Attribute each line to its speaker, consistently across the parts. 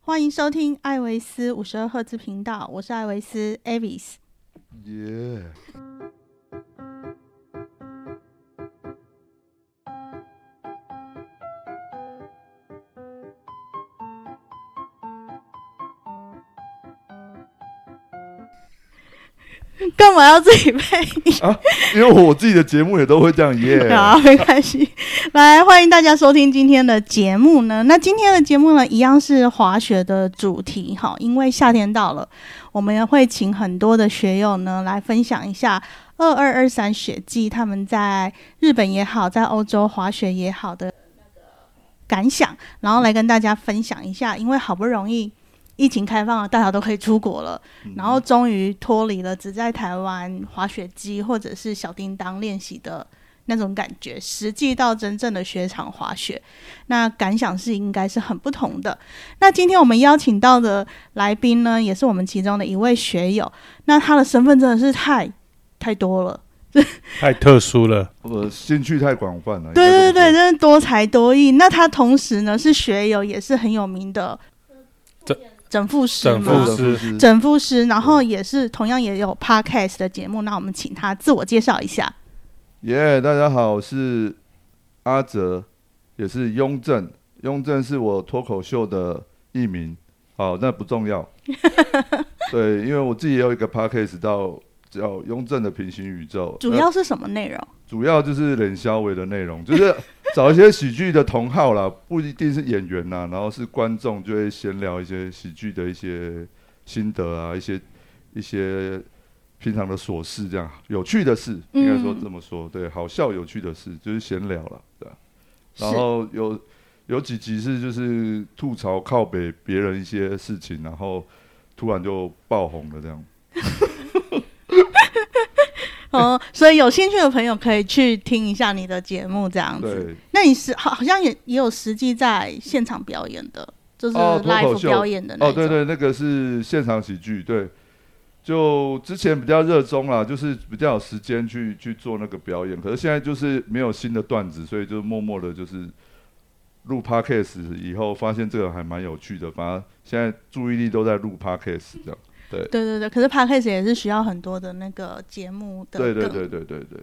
Speaker 1: 欢迎收听艾维斯五十二赫兹频道，我是艾维斯 Avis。
Speaker 2: 耶！
Speaker 1: 干嘛要自己配音
Speaker 2: 因为我自己的节目也都会这样耶。
Speaker 1: 啊？没关系，来欢迎大家收听今天的节目呢。那今天的节目呢，一样是滑雪的主题哈，因为夏天到了，我们也会请很多的学友呢来分享一下二二二三雪季他们在日本也好，在欧洲滑雪也好的感想，然后来跟大家分享一下，因为好不容易疫情开放了，大家都可以出国了。
Speaker 2: 嗯
Speaker 1: 然后终于脱离了只在台湾滑雪机或者是小叮当练习的那种感觉，实际到真正的雪场滑雪，那感想是应该是很不同的。那今天我们邀请到的来宾呢，也是我们其中的一位学友，那他的身份真的是太太多了。
Speaker 3: 太特殊了，
Speaker 2: 我兴趣太广泛了。
Speaker 1: 对对
Speaker 2: 应该
Speaker 1: 对，
Speaker 2: 这么
Speaker 1: 真是多才多艺。那他同时呢是学友，也是很有名的
Speaker 3: 整
Speaker 1: 整复师
Speaker 3: 整
Speaker 1: 嘛
Speaker 3: 复
Speaker 2: 说，
Speaker 3: 对
Speaker 2: 对
Speaker 3: 对
Speaker 2: 师
Speaker 1: 整复师，然后也是同样也有 podcast 的节目，那我们请他自我介绍一下。
Speaker 2: 耶！大家好，我是阿哲，也是雍正。雍正是我脱口秀的艺名。好，那不 重要。对，因为我自己也有一个 podcast 到叫雍正的平行宇宙，
Speaker 1: 主
Speaker 2: 那
Speaker 1: 要是什么内容？
Speaker 2: 主要就是冷消维的内容， 就是找一些喜剧的同好啦，不一定是演员啦，然后是观众就会闲聊一些喜剧的一些心得啊，一些一些平常的琐事，这样有趣的事，应该说
Speaker 1: 嗯
Speaker 2: 这么说，对，好笑有趣的事就是闲聊了，对啊。
Speaker 1: 是
Speaker 2: 然后有有几集是就是吐槽靠北别人一些事情，然后突然就爆红了这样。
Speaker 1: 哦，所以有兴趣的朋友可以去听一下你的节目，这样子。
Speaker 2: 对，
Speaker 1: 那你是好好像也也有实际在现场表演的，就是
Speaker 2: 哦脱口
Speaker 1: live
Speaker 2: 秀
Speaker 1: 表演的那
Speaker 2: 哦，
Speaker 1: 种。
Speaker 2: 对对，那个是现场喜剧，对。就之前比较热衷啦，就是比较有时间去去做那个表演，可是现在就是没有新的段子，所以就默默的就是录 podcast 以后，发现这个还蛮有趣的，反而现在注意力都在录 podcast 这样。
Speaker 1: 对对对可是 podcast 也是需要很多的那个节目的
Speaker 2: 对对
Speaker 1: 梗
Speaker 2: 对对对对，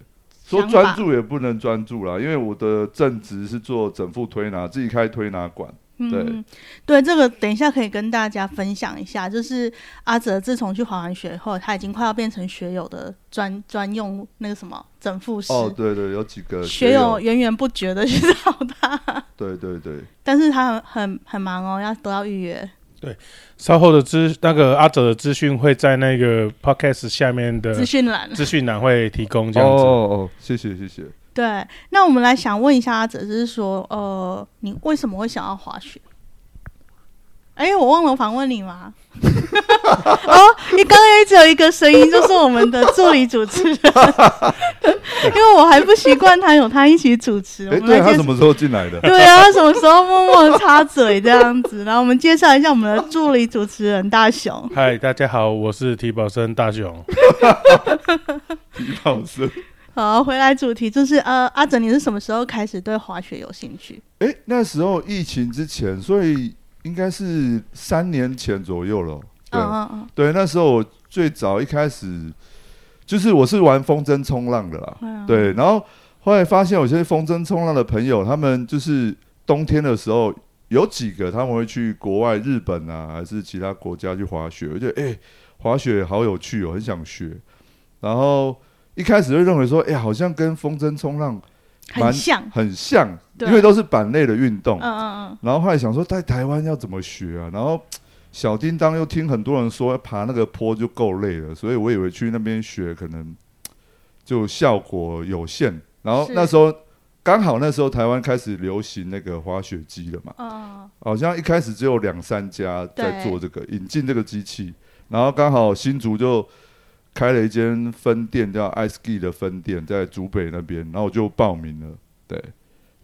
Speaker 2: 说
Speaker 1: 想法
Speaker 2: 专注也不能专注啦，因为我的正职是做整副推拿，自己开推拿馆。对
Speaker 1: 嗯，对，这个等一下可以跟大家分享一下。就是阿哲自从去滑完雪后，他已经快要变成学友的专专用那个什么整复师，
Speaker 2: 哦，对对，有几个
Speaker 1: 学友源源不绝的去找他，
Speaker 2: 对对对，
Speaker 1: 但是他很很很忙哦，要都要预约。
Speaker 3: 稍后的资那个阿哲的资讯会在那个 podcast 下面
Speaker 1: 资
Speaker 3: 的
Speaker 1: 讯栏。
Speaker 3: 资讯栏会提供这
Speaker 2: 哦
Speaker 3: 样子。
Speaker 2: 哦，谢谢谢谢。
Speaker 1: 对，那我们来想问一下阿哲，就是说，呃，你为什么会想要滑雪？哎，我忘了访问你吗？ 哦，你刚刚一直有一个声音，就是我们的助理主 持人，因为我还不习惯他有他一起主持。我
Speaker 2: 哎，
Speaker 1: 们
Speaker 2: 对
Speaker 1: 来
Speaker 2: 他
Speaker 1: 介绍，
Speaker 2: 什么时候进来 的？
Speaker 1: 对啊，他什么时候默默地插嘴这样子？然后我们介绍一下我们的助理主持人大雄。
Speaker 3: 嗨，大家好，我是提保生大雄。
Speaker 2: 李老师，
Speaker 1: 好，回来主题就是，呃，阿哲，你是什么时候开始对滑雪有兴趣？
Speaker 2: 哎，那时候疫情之前，所以应该是三年前左右了。对、
Speaker 1: 嗯嗯嗯
Speaker 2: 对，那时候我最早一开始就是我是玩风筝冲浪的啦。
Speaker 1: 对啊，
Speaker 2: 对，然后后来发现有些风筝冲浪的朋友，他们就是冬天的时候，有几个他们会去国外日本啊，还是其他国家去滑雪。我觉得哎、滑雪好有趣哦，很想学。然后一开始就认为说，哎、好像跟风筝冲浪
Speaker 1: 很
Speaker 2: 蛮
Speaker 1: 像，
Speaker 2: 很像，
Speaker 1: 对
Speaker 2: 因为都是板类的运动。
Speaker 1: 嗯嗯
Speaker 2: 然后后来想说，在台湾要怎么学啊？然后小叮当又听很多人说哎爬那个坡就够累了，所以我以为去那边学可能就效果有限。然后
Speaker 1: 是
Speaker 2: 那时候刚好那时候台湾开始流行那个滑雪机了嘛，
Speaker 1: 嗯嗯，
Speaker 2: 好像一开始只有两三家在
Speaker 1: 对
Speaker 2: 做这个引进这个机器，然后刚好新竹就。开了一间分店叫 iSki 的分店，在竹北那边，然后我就报名了。对，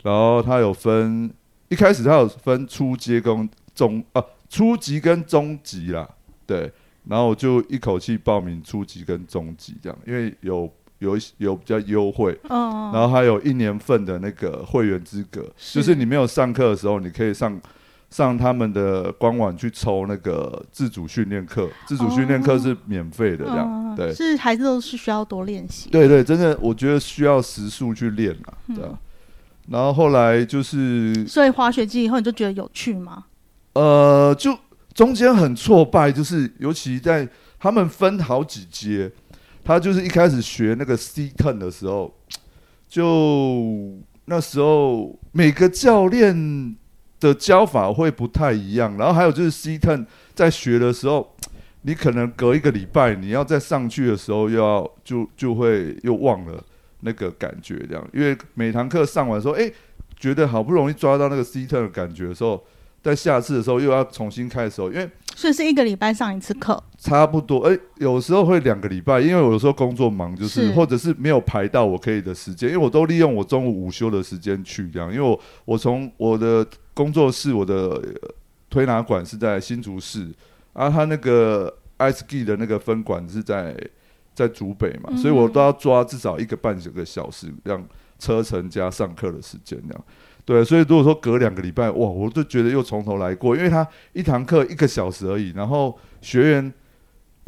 Speaker 2: 然后它有分，一开始它有分初阶跟中啊，初级跟中级啦，对。然后我就一口气报名初级跟中级这样，因为有有一些有比较优惠，
Speaker 1: 嗯嗯，
Speaker 2: 然后还有一年份的那个会员资格，就是你没有上课的时候，你可以上上他们的官网去抽那个自主训练课，自主训练课是免费的，这样、
Speaker 1: 哦嗯，
Speaker 2: 对
Speaker 1: 是孩子都是需要多练习。
Speaker 2: 对对，真的我觉得需要时速去练啊，
Speaker 1: 嗯
Speaker 2: 这样。然后后来就是
Speaker 1: 所以滑雪季以后你就觉得有趣吗？
Speaker 2: 呃，就中间很挫败，就是尤其在他们分好几阶，他就是一开始学那个 C turn 的时候，就那时候每个教练的教法会不太一样，然后还有就是 C turn 在学的时候，你可能隔一个礼拜你要再上去的时候又要就就会又忘了那个感觉，这样，因为每堂课上完说，哎，觉得好不容易抓到那个 C turn 的感觉的时候。在下次的时候又要重新开的时候，因为
Speaker 1: 所以是一个礼拜上一次课，
Speaker 2: 差不多，哎、有时候会两个礼拜，因为我有时候工作忙，就是
Speaker 1: 是
Speaker 2: 或者是没有排到我可以的时间，因为我都利用我中午午休的时间去这样，因为我我从我的工作室，我的呃推拿馆是在新竹市，啊，他那个 ice ski 的那个分馆是在在竹北嘛，
Speaker 1: 嗯
Speaker 2: 所以我都要抓至少一个半小个小时，让车程加上课的时间这样。对，所以如果说隔两个礼拜，哇，我就觉得又从头来过，因为他一堂课一个小时而已，然后学员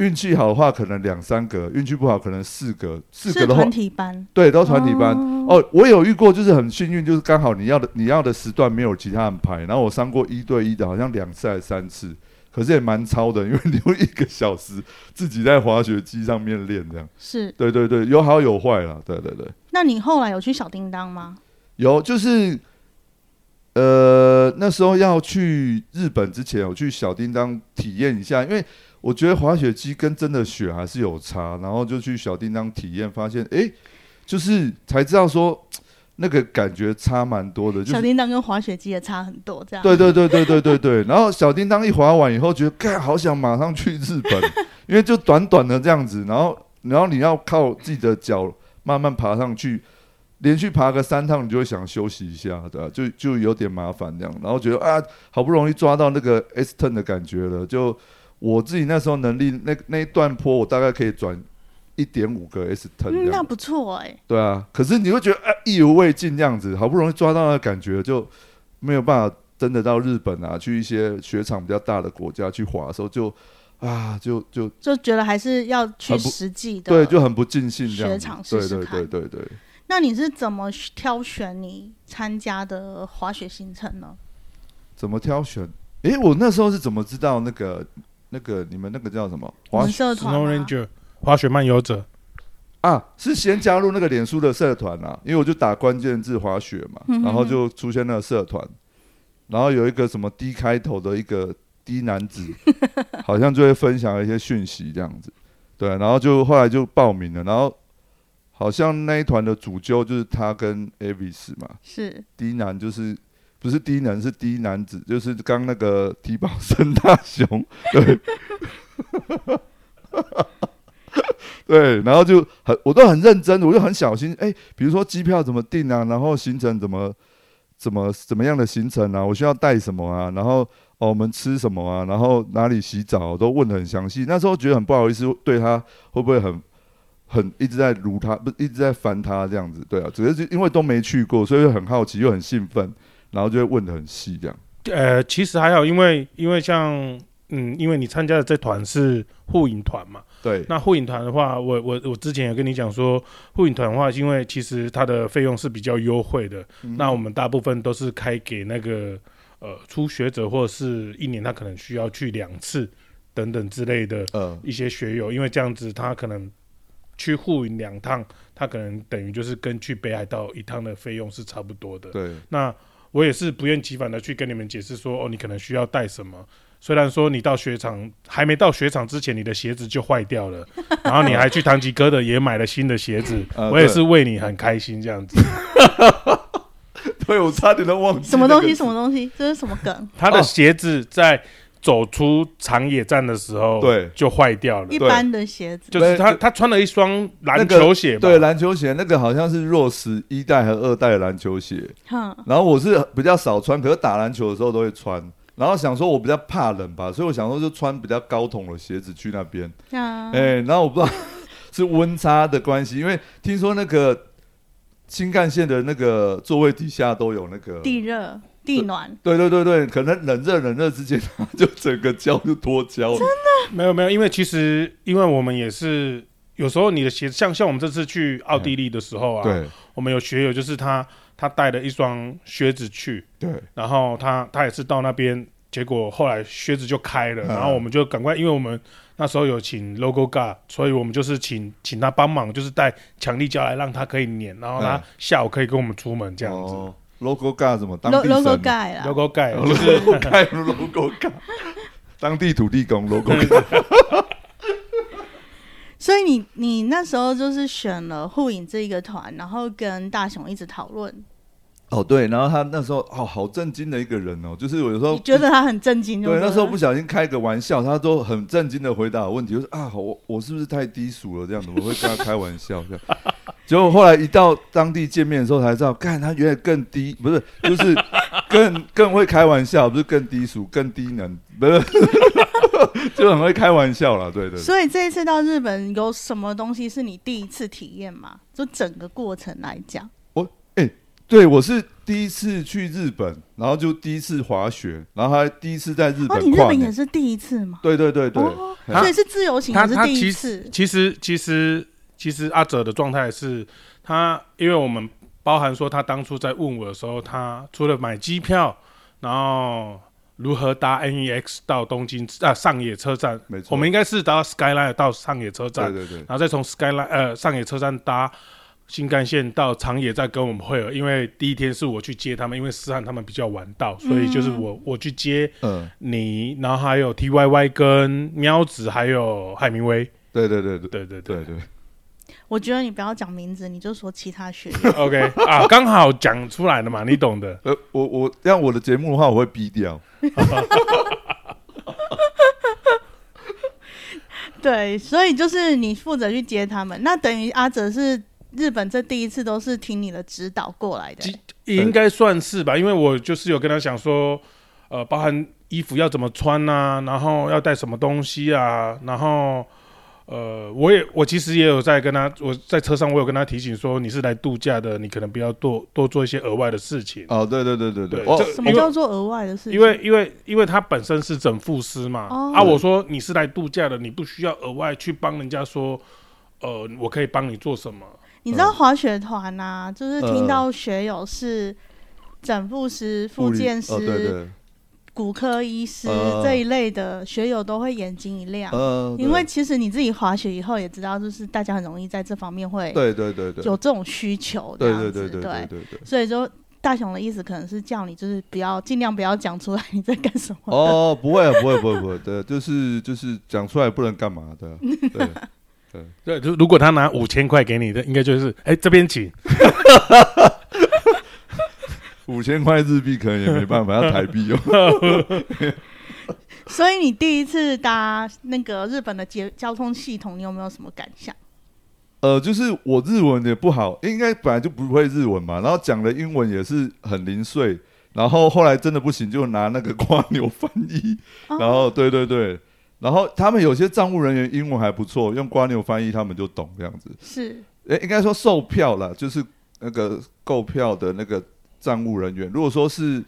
Speaker 2: 运气好的话可能两三个，运气不好可能四个，四
Speaker 1: 是
Speaker 2: 个的话
Speaker 1: 团体班，
Speaker 2: 对都团体班。
Speaker 1: 哦，
Speaker 2: 哦，我有遇过，就是很幸运，就是刚好你要的你要的时段没有其他人排，然后我上过一对一的，好像两次还是三次，可是也蛮超的，因为你用一个小时自己在滑雪机上面练这样。
Speaker 1: 是。
Speaker 2: 对对对，有好有坏啦，对对对，
Speaker 1: 那你后来有去小叮当吗？
Speaker 2: 有就是。呃，那时候要去日本之前，我去小叮当体验一下，因为我觉得滑雪机跟真的雪还是有差，然后就去小叮当体验，发现诶，就是才知道说那个感觉差蛮多的，就是
Speaker 1: 小叮当跟滑雪机也差很多，这样。
Speaker 2: 对对对对对对对。然后小叮当一滑完以后，觉得干好想马上去日本，因为就短短的这样子，然后然后你要靠自己的脚慢慢爬上去，连续爬个三趟，你就会想休息一下，对吧、啊就就有点麻烦这样，然后觉得啊，好不容易抓到那个 S turn 的感觉了，就我自己那时候能力，那那一段坡我大概可以转。一点五个 S turn，
Speaker 1: 嗯，
Speaker 2: 这
Speaker 1: 那
Speaker 2: 样
Speaker 1: 不错哎、
Speaker 2: 对啊，可是你会觉得啊意犹未尽这样子，好不容易抓到那个感觉，就没有办法真的到日本啊，去一些雪场比较大的国家去滑的时候就，啊，就就
Speaker 1: 就觉得还是要去
Speaker 2: 很不
Speaker 1: 实际的。
Speaker 2: 对，就很不尽兴这样
Speaker 1: 雪
Speaker 2: 子。
Speaker 1: 场试试
Speaker 2: 对
Speaker 1: 看
Speaker 2: 对对对对，
Speaker 1: 那你是怎么挑选你参加的滑雪行程呢？
Speaker 2: 怎么挑选？诶，我那时候是怎么知道那个那个你们那个叫什么
Speaker 1: 我
Speaker 2: 滑
Speaker 1: 们
Speaker 2: 雪
Speaker 1: 社团啊
Speaker 3: Snow
Speaker 1: 吗
Speaker 3: Ranger 滑雪漫游者，
Speaker 2: 啊？是先加入那个脸书的社团啊，因为我就打关键字滑雪嘛，
Speaker 1: 嗯哼
Speaker 2: 然后就出现那个社团，然后有一个什么 D 开头的一个低男子， 好像就会分享一些讯息这样子，对，然后就后来就报名了，然后好像那一团的主揪就是他跟 Avis 嘛
Speaker 1: 是
Speaker 2: ，D 男就是不是 D 男是 D 男子，就是刚那个提保生大雄， 对。对，然后就很，我都很认真，我就很小心。哎，比如说机票怎么订啊，然后行程怎么怎么怎么样的行程啊，我需要带什么啊，然后哦我们吃什么啊，然后哪里洗澡都问的很详细。那时候觉得很不好意思，对他会不会很很一直在如他，不是一直在烦他这样子？对啊，只是就因为都没去过，所以会很好奇又很兴奋，然后就会问的很细这样。
Speaker 3: 呃，其实还好，因为因为像嗯，因为你参加的这团是护影团嘛，
Speaker 2: 对，
Speaker 3: 那护影团的话，我我我之前也跟你讲说，护影团的话，因为其实它的费用是比较优惠的，
Speaker 2: 嗯
Speaker 3: 那我们大部分都是开给那个呃初学者或者是一年他可能需要去两次等等之类的
Speaker 2: 呃，
Speaker 3: 一些学友，因为这样子他可能去护影两趟，他可能等于就是跟去北海道一趟的费用是差不多的。
Speaker 2: 对，
Speaker 3: 那我也是不厌其烦的去跟你们解释说，哦，你可能需要带什么。虽然说你到雪场还没到雪场之前，你的鞋子就坏掉了，然后你还去唐吉诃德也买了新的鞋子，
Speaker 2: 呃
Speaker 3: 我也
Speaker 2: 对
Speaker 3: 是为你很开心这样子。
Speaker 2: 对我差点都忘记
Speaker 1: 什么东西？什
Speaker 2: 么
Speaker 1: 么东西？这是什么梗？
Speaker 3: 他
Speaker 2: 哦
Speaker 3: 的鞋子在走出长野站的时候，
Speaker 2: 对
Speaker 3: 就坏掉了
Speaker 1: 一。般的鞋子
Speaker 3: 就是他，
Speaker 2: 对
Speaker 3: 他穿了一双
Speaker 2: 那
Speaker 3: 篮
Speaker 2: 个
Speaker 3: 球鞋嘛，
Speaker 2: 对篮球鞋，那个好像是弱十一代和二代的篮球鞋。
Speaker 1: 哼，
Speaker 2: 然后我是比较少穿，可是打篮球的时候都会穿。然后想说，我比较怕冷吧，所以我想说就穿比较高筒的鞋子去那边。
Speaker 1: 那、
Speaker 2: 哎、然后我不知道是温差的关系，因为听说那个新干线的那个座位底下都有那个
Speaker 1: 地热、地暖，
Speaker 2: 对对对对，可能冷热冷热之间，它就整个胶就脱胶了。
Speaker 3: 没有没有，因为其实因为我们也是有时候你的鞋子，像像我们这次去奥地利的时候啊，
Speaker 2: 对
Speaker 3: 我们有学友就是他他带了一双靴子去，
Speaker 2: 对，
Speaker 3: 然后他他也是到那边，结果后来靴子就开了，
Speaker 2: 嗯
Speaker 3: 然后我们就赶快，因为我们那时候有请 logo g a 所以我们就是请请他帮忙，就是带强力胶来让他可以粘，然后他
Speaker 2: 嗯
Speaker 3: 下午可以跟我们出门这样子。
Speaker 2: 哦 logo 盖什么？当
Speaker 1: logo
Speaker 2: 地神
Speaker 1: logo
Speaker 2: 啊
Speaker 1: 盖啦，
Speaker 3: logo g a 就是
Speaker 2: logo 盖 logo 盖， 当地土地公 logo 盖。
Speaker 1: 所以你你那时候就是选了护影这一个团，然后跟大雄一直讨论，
Speaker 2: 哦，对，然后他那时候哦，好震惊的一个人哦，就是有时候
Speaker 1: 你觉得他很震惊就
Speaker 2: 对，
Speaker 1: 了
Speaker 2: 那时候不小心开个玩笑，他都很震惊的回答我问题，就是啊，我我是不是太低俗了这样子？我会跟他开玩笑这样。结果后来一到当地见面的时候才知道，干他原来更低，不是就是更更会开玩笑，不是更低俗、更低能，不是 就很会开玩笑啦。对对对
Speaker 1: 所以这一次到日本有什么东西是你第一次体验吗？就整个过程来讲，
Speaker 2: 对，我是第一次去日本，然后就第一次滑雪，然后还第一次在日
Speaker 1: 哦，
Speaker 2: 本
Speaker 1: 你日
Speaker 2: 跨
Speaker 1: 本也
Speaker 2: 年。
Speaker 1: 是第一次吗？
Speaker 2: 对对对对，
Speaker 1: 哦，
Speaker 2: 嘿
Speaker 1: 所以是自由行
Speaker 3: 他
Speaker 1: 还是
Speaker 3: 他
Speaker 1: 第一
Speaker 3: 其
Speaker 1: 次？
Speaker 3: 其实其实其实阿哲的状态是，他因为我们包含说他当初在问我的时候，他除了买机票，然后如何搭 NEX 到东京啊上野车站，
Speaker 2: 没错
Speaker 3: 我们应该是搭 Skyline 到上野车站
Speaker 2: 对，对对
Speaker 3: 然后再从 Skyline 呃上野车站搭新干线到长野，再跟我们会合。因为第一天是我去接他们，因为思翰他们比较晚到，所以就是我、我去接
Speaker 2: 嗯，
Speaker 3: 你，然后还有 T Y Y 跟喵子，还有海明威。
Speaker 2: 对对对对
Speaker 3: 对对对
Speaker 2: 对对。
Speaker 1: 我觉得你不要讲名字，你就说其他学院。
Speaker 3: o k 啊，刚好讲出来了嘛，你懂的。
Speaker 2: 呃，我我让我的节目的话，我会逼掉。
Speaker 1: 对，所以就是你负责去接他们，那等于阿哲是日本这第一次都是听你的指导过来的、
Speaker 3: 其
Speaker 2: 呃
Speaker 3: 应该算是吧，因为我就是有跟他讲说，呃，包含衣服要怎么穿啊，然后要带什么东西啊，然后呃，我也我其实也有在跟他，我在车上我有跟他提醒说，你是来度假的，你可能不要多多做一些额外的事情，
Speaker 2: 哦，对对对对对，
Speaker 3: 对
Speaker 2: 哦，
Speaker 3: 这
Speaker 1: 什么
Speaker 3: 因为
Speaker 1: 叫做额外的事情？
Speaker 3: 因为因为因为他本身是整副师嘛，
Speaker 1: 哦
Speaker 3: 啊，我说你是来度假的，你不需要额外去帮人家说，呃，我可以帮你做什么。
Speaker 2: 呃
Speaker 1: 你知道滑雪团啊，就是听到学友是整复师、
Speaker 2: 物
Speaker 1: 复
Speaker 2: 理
Speaker 1: 健师、
Speaker 2: 哦对对，
Speaker 1: 骨科医师、
Speaker 2: 呃
Speaker 1: 这一类的学友都会眼睛一亮，
Speaker 2: 呃，
Speaker 1: 因为其实你自己滑雪以后也知道，就是大家很容易在这方面会
Speaker 2: 对对对对，
Speaker 1: 有这种需求这
Speaker 2: 对
Speaker 1: 样
Speaker 2: 对
Speaker 1: 子，
Speaker 2: 对对对对 对。
Speaker 1: 所以说。大雄的意思可能是叫你，就是不要尽量不要讲出来你在干什么。
Speaker 2: 哦，不会啊不会不会不会，对，就是就是讲出来不能干嘛的，啊对，
Speaker 3: 对，如如果他拿五千块给你的，应该就是，哎、这边请，
Speaker 2: 五千块日币可能也没办法，要台币哦。
Speaker 1: 所以你第一次搭那个日本的交交通系统，你有没有什么感想？
Speaker 2: 呃，就是我日文也不好，应该本来就不会日文嘛，然后讲的英文也是很零碎，然后后来真的不行，就拿那个瓜牛翻译，
Speaker 1: 哦
Speaker 2: 然后对对对，然后他们有些账务人员英文还不错，用瓜牛翻译他们就懂这样子。
Speaker 1: 是
Speaker 2: 诶，应该说售票啦，就是那个购票的那个站务人员。如果说是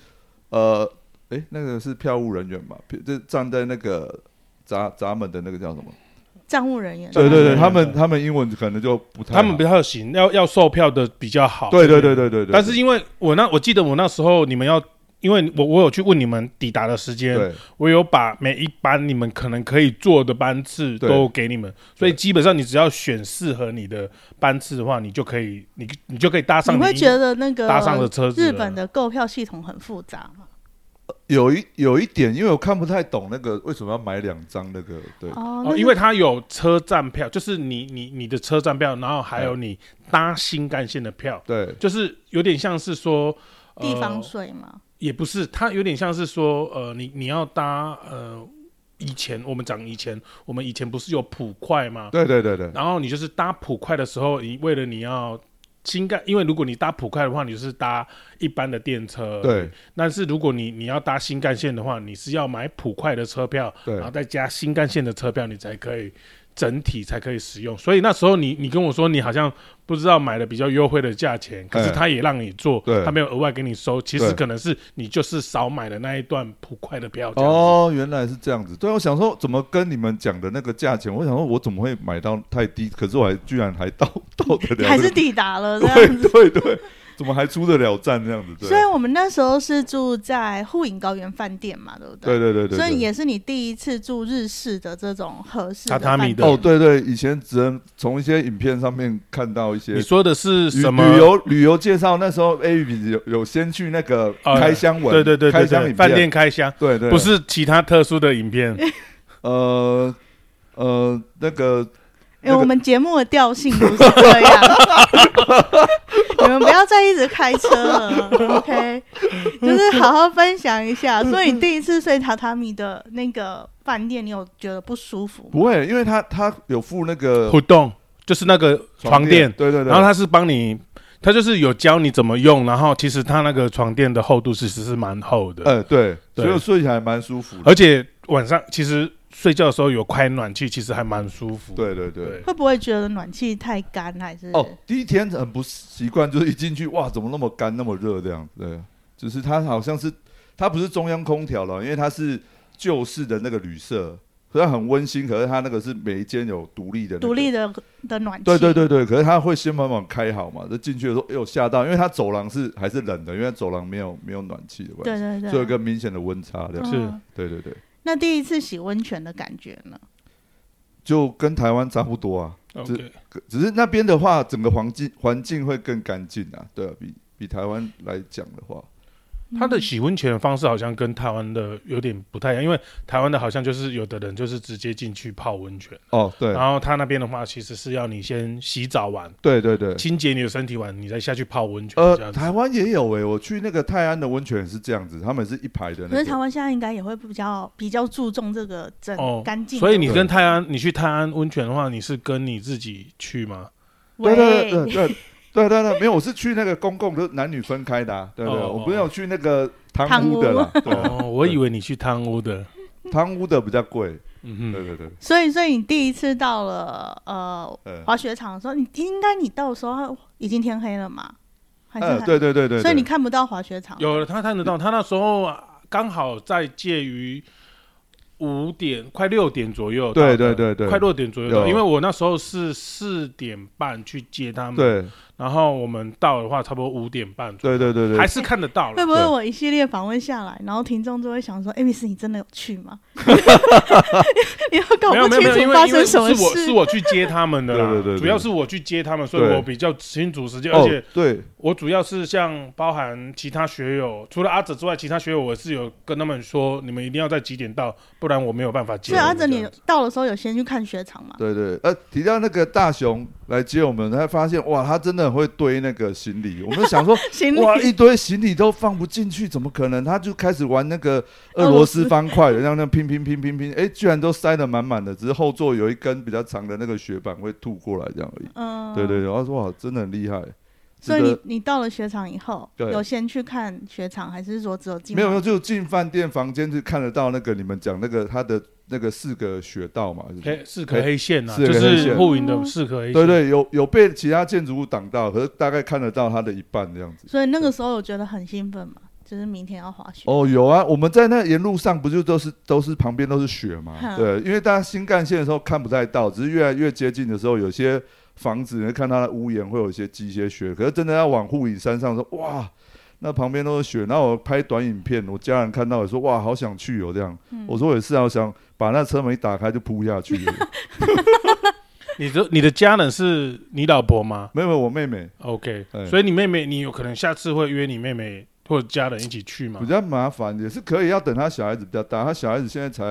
Speaker 2: 呃，诶，那个是票务人员嘛，就站在那个闸闸门的那个叫什么？
Speaker 1: 站务人员。
Speaker 2: 对对对，他们
Speaker 3: 对
Speaker 2: 他们英文可能就不太好，
Speaker 3: 他们比较行，要要售票的比较好。
Speaker 2: 啊对对对对对对，
Speaker 3: 但是因为我那我记得我那时候你们要，因为我我有去问你们抵达的时间，
Speaker 2: 对
Speaker 3: 我有把每一班你们可能可以坐的班次
Speaker 2: 对
Speaker 3: 都给你们，所以基本上你只要选适合你的班次的话，你就可以你你就可以搭上
Speaker 1: 你会觉得那个
Speaker 3: 搭上的车子了
Speaker 1: 日本的购票系统很复杂吗？
Speaker 2: 有一有一点，因为我看不太懂那个为什么要买两张那个，对
Speaker 1: 哦
Speaker 3: 哦，因为它有车站票，就是你你你的车站票，然后还有你搭新干线的票，
Speaker 2: 对
Speaker 3: 就是有点像是说。呃
Speaker 1: 地方税嘛。
Speaker 3: 也不是，它有点像是说，呃，你你要搭呃，以前我们讲以前，我们以前不是有普快吗？
Speaker 2: 对对对对，
Speaker 3: 然后你就是搭普快的时候，你为了你要新干，因为如果你搭普快的话，你就是搭一般的电车，
Speaker 2: 对。
Speaker 3: 但是如果你你要搭新干线的话，你是要买普快的车票，
Speaker 2: 对
Speaker 3: 然后再加新干线的车票，你才可以整体才可以使用。所以那时候你你跟我说你好像不知道买了比较优惠的价钱，可是
Speaker 2: 哎
Speaker 3: 他也让你做
Speaker 2: 对，
Speaker 3: 他没有额外给你收，其实
Speaker 2: 对
Speaker 3: 可能是你就是少买了那一段普快的票。哦，
Speaker 2: 哦，原来是这样子。对，我想说怎么跟你们讲的那个价钱，我想说我怎么会买到太低？可是我还居然还到 到得了，
Speaker 3: 啊
Speaker 1: 还是抵达了这
Speaker 2: 对
Speaker 1: 样子。
Speaker 2: 对对，怎么还出得了站这样子？
Speaker 1: 所以
Speaker 2: 对
Speaker 1: 我们那时候是住在护影高原饭店嘛，对不
Speaker 2: 对对对对，
Speaker 1: 所以
Speaker 2: 对
Speaker 1: 也是你第一次住日式的这种合适
Speaker 3: 榻榻米的
Speaker 1: 饭店
Speaker 2: 哦，对对，以前只能从一些影片上面看到一些
Speaker 3: 你说的是
Speaker 2: 旅
Speaker 3: 什么？
Speaker 2: 旅游旅游介绍？那时候 A 品有有先去那个
Speaker 3: 呃
Speaker 2: 开箱文，
Speaker 3: 对对对对
Speaker 2: 开箱
Speaker 3: 对，
Speaker 2: 影
Speaker 3: 饭店
Speaker 2: 片，
Speaker 3: 开箱，
Speaker 2: 对对，
Speaker 3: 不是其他特殊的影片。
Speaker 2: 呃呃那个
Speaker 1: 哎、
Speaker 2: 那个
Speaker 1: 我们节目的调性不是这 样，你们不要再一直开车了，OK？就是好好分享一
Speaker 2: 嗯
Speaker 1: 下。所以你第一次睡榻榻米的那个饭店，你有觉得不舒服吗？
Speaker 2: 不会，因为他他有附那个
Speaker 3: 互动，就是那个床垫，
Speaker 2: 对对对，
Speaker 3: 然后它是帮你，它就是有教你怎么用，然后其实它那个床垫的厚度其实是蛮厚的，
Speaker 2: 呃对，
Speaker 3: 对
Speaker 2: 所以睡起来蛮舒服的，
Speaker 3: 而且晚上其实睡觉的时候有开暖气，其实还蛮舒服。
Speaker 2: 对对对。
Speaker 3: 对，
Speaker 1: 会不会觉得暖气太干，还是？
Speaker 2: 哦，第一天很不习惯，就是一进去哇，怎么那么干那么热这样？对，就是它好像是它不是中央空调了，因为它是旧式的那个旅社，虽然很温馨，可是它那个是每一间有独立的、
Speaker 1: 独立
Speaker 2: 的。
Speaker 1: 的的暖气，
Speaker 2: 对对对对，可是它会先慢慢开好嘛，就进去的时候哎呦吓到，因为它走廊是还是冷的，因为它走廊没有没有暖气的关
Speaker 1: 对
Speaker 2: 系，
Speaker 1: 对对，
Speaker 2: 所以有一个明显的温差这样。
Speaker 3: 是
Speaker 1: 嗯
Speaker 2: 对对对，
Speaker 1: 那第一次洗温泉的感觉呢？
Speaker 2: 就跟台湾差不多啊，
Speaker 3: OK，
Speaker 2: 可只是那边的话，整个环境环境会更干净啊，对啊，比比台湾来讲的话，
Speaker 3: 它的洗温泉的方式好像跟台湾的有点不太一样，因为台湾的好像就是有的人就是直接进去泡温泉，
Speaker 2: 哦，对
Speaker 3: 然后他那边的话其实是要你先洗澡完，
Speaker 2: 对对对，
Speaker 3: 清洁你的身体完，你再下去泡温泉这
Speaker 2: 呃，
Speaker 3: 样子。
Speaker 2: 台湾也有诶、我去那个泰安的温泉也是这样子，他们是一排的
Speaker 1: 可
Speaker 2: 那
Speaker 1: 是台
Speaker 2: 个，
Speaker 1: 湾现在应该也会比较比较注重这个整
Speaker 3: 哦
Speaker 1: 干净的
Speaker 3: 所
Speaker 1: 问
Speaker 3: 以
Speaker 1: 题、
Speaker 3: 你跟泰安，你去泰安温泉的话，你是跟你自己去吗？
Speaker 2: 对对
Speaker 1: 喂
Speaker 2: 对对对对对对，没有，我是去那个公共，就是男女分开的、啊，对对，
Speaker 3: 哦哦
Speaker 2: 我没有去那个
Speaker 1: 汤
Speaker 2: 汤屋的啦，对啊，
Speaker 3: 哦，我以为你去汤屋的。
Speaker 2: 汤屋的比较贵，
Speaker 3: 嗯
Speaker 2: 对
Speaker 3: 哼，
Speaker 2: 对对，
Speaker 1: 所以，所以你第一次到了呃
Speaker 2: 呃，
Speaker 1: 滑雪场的时候，你应该你到的时候已经天黑了嘛？还是
Speaker 2: 呃，
Speaker 1: 还
Speaker 2: 对对对对，
Speaker 1: 所以你
Speaker 2: 对
Speaker 1: 看不到滑雪场。
Speaker 3: 有了，他看得到，他那时候啊刚好在介于五点快六点左右，
Speaker 2: 对对对对
Speaker 3: 哦快六点左右到，
Speaker 2: 有
Speaker 3: 因为我那时候是四点半去接他们，，
Speaker 2: 对
Speaker 3: 然后我们到的话差不多五点半左右，
Speaker 2: 对对对
Speaker 3: 还
Speaker 2: 对，
Speaker 3: 是看得到
Speaker 1: 会
Speaker 3: 了。
Speaker 1: 不会我一系列访问下来，然后听众就会想说：“艾米斯，你真的有去 吗？”你又搞
Speaker 3: 没有
Speaker 1: 不
Speaker 3: 没有
Speaker 1: 清
Speaker 3: 没有，因
Speaker 1: 楚
Speaker 3: 为
Speaker 1: 发
Speaker 3: 因为
Speaker 1: 生
Speaker 3: 是
Speaker 1: 什么
Speaker 3: 我是
Speaker 1: 事。
Speaker 3: 我去接他们的啦，
Speaker 2: 对对对对
Speaker 3: 主要是我去接他们，所以
Speaker 2: 对
Speaker 3: 我比较清楚时间，而
Speaker 2: 哦
Speaker 3: 且
Speaker 2: 对
Speaker 3: 我主要是像包含其他学友，除了阿哲之外，其他学友我是有跟他们说，你们一定要在几点到，不然我没有办法接
Speaker 1: 所以
Speaker 3: 你们这
Speaker 1: 阿
Speaker 3: 样子。
Speaker 1: 哲，你到的时候有先去看雪场吗？
Speaker 2: 对对，呃，提到那个大雄来接我们，才发现哇，他真的很会堆那个行李，我们想说。
Speaker 1: 行
Speaker 2: 哇，一
Speaker 1: 李
Speaker 2: 堆行李都放不进去，怎么可能？他就开始玩那个俄罗斯方块，然后那拼拼拼拼拼，哎， 居然都塞得满满的，只是后座有一根比较长的那个雪板会吐过来这样而已。
Speaker 1: 嗯，
Speaker 2: 对对对，他说哇，真的很厉害。
Speaker 1: 所以
Speaker 2: 值
Speaker 1: 你
Speaker 2: 得
Speaker 1: 你到了雪场以后，
Speaker 2: 对
Speaker 1: 有先去看雪场，还是说只有进
Speaker 2: 没有没有，
Speaker 1: 门
Speaker 2: 就进饭店房间就看得到那个你们讲那个他的那个四个雪道嘛，就是
Speaker 3: 黑四颗黑线啊，
Speaker 2: 嗯四
Speaker 3: 就
Speaker 2: 颗黑线
Speaker 3: 是护影的四颗黑线。
Speaker 2: 对对，有有被其他建筑物挡到，可是大概看得到它的一半这样子。
Speaker 1: 所以那个时候我觉得很兴奋嘛，就是明天要滑雪。
Speaker 2: 哦，有啊，我们在那沿路上不就都是都是旁边都是雪嘛？
Speaker 1: 哼
Speaker 2: 对，因为大家新干线的时候看不太到，只是越来越接近的时候，有些房子你会看它的屋檐会有一些积一些雪，可是真的要往护影山上说，哇，那旁边都是雪。然后我拍短影片，我家人看到也说，哇，好想去哦，这样。
Speaker 1: 嗯
Speaker 2: 我说我也是啊，我想把那车门一打开就扑下去了。
Speaker 3: 你的你的家人是你老婆吗
Speaker 2: 没有，没有我妹
Speaker 3: 啊
Speaker 2: 妹
Speaker 3: ？OK，
Speaker 2: 对
Speaker 3: 所以你妹妹，你有可能下次会约你妹妹或者家人一起去吗
Speaker 2: 比？较麻烦，也是可以要等她小孩子比较大，她小孩子现在才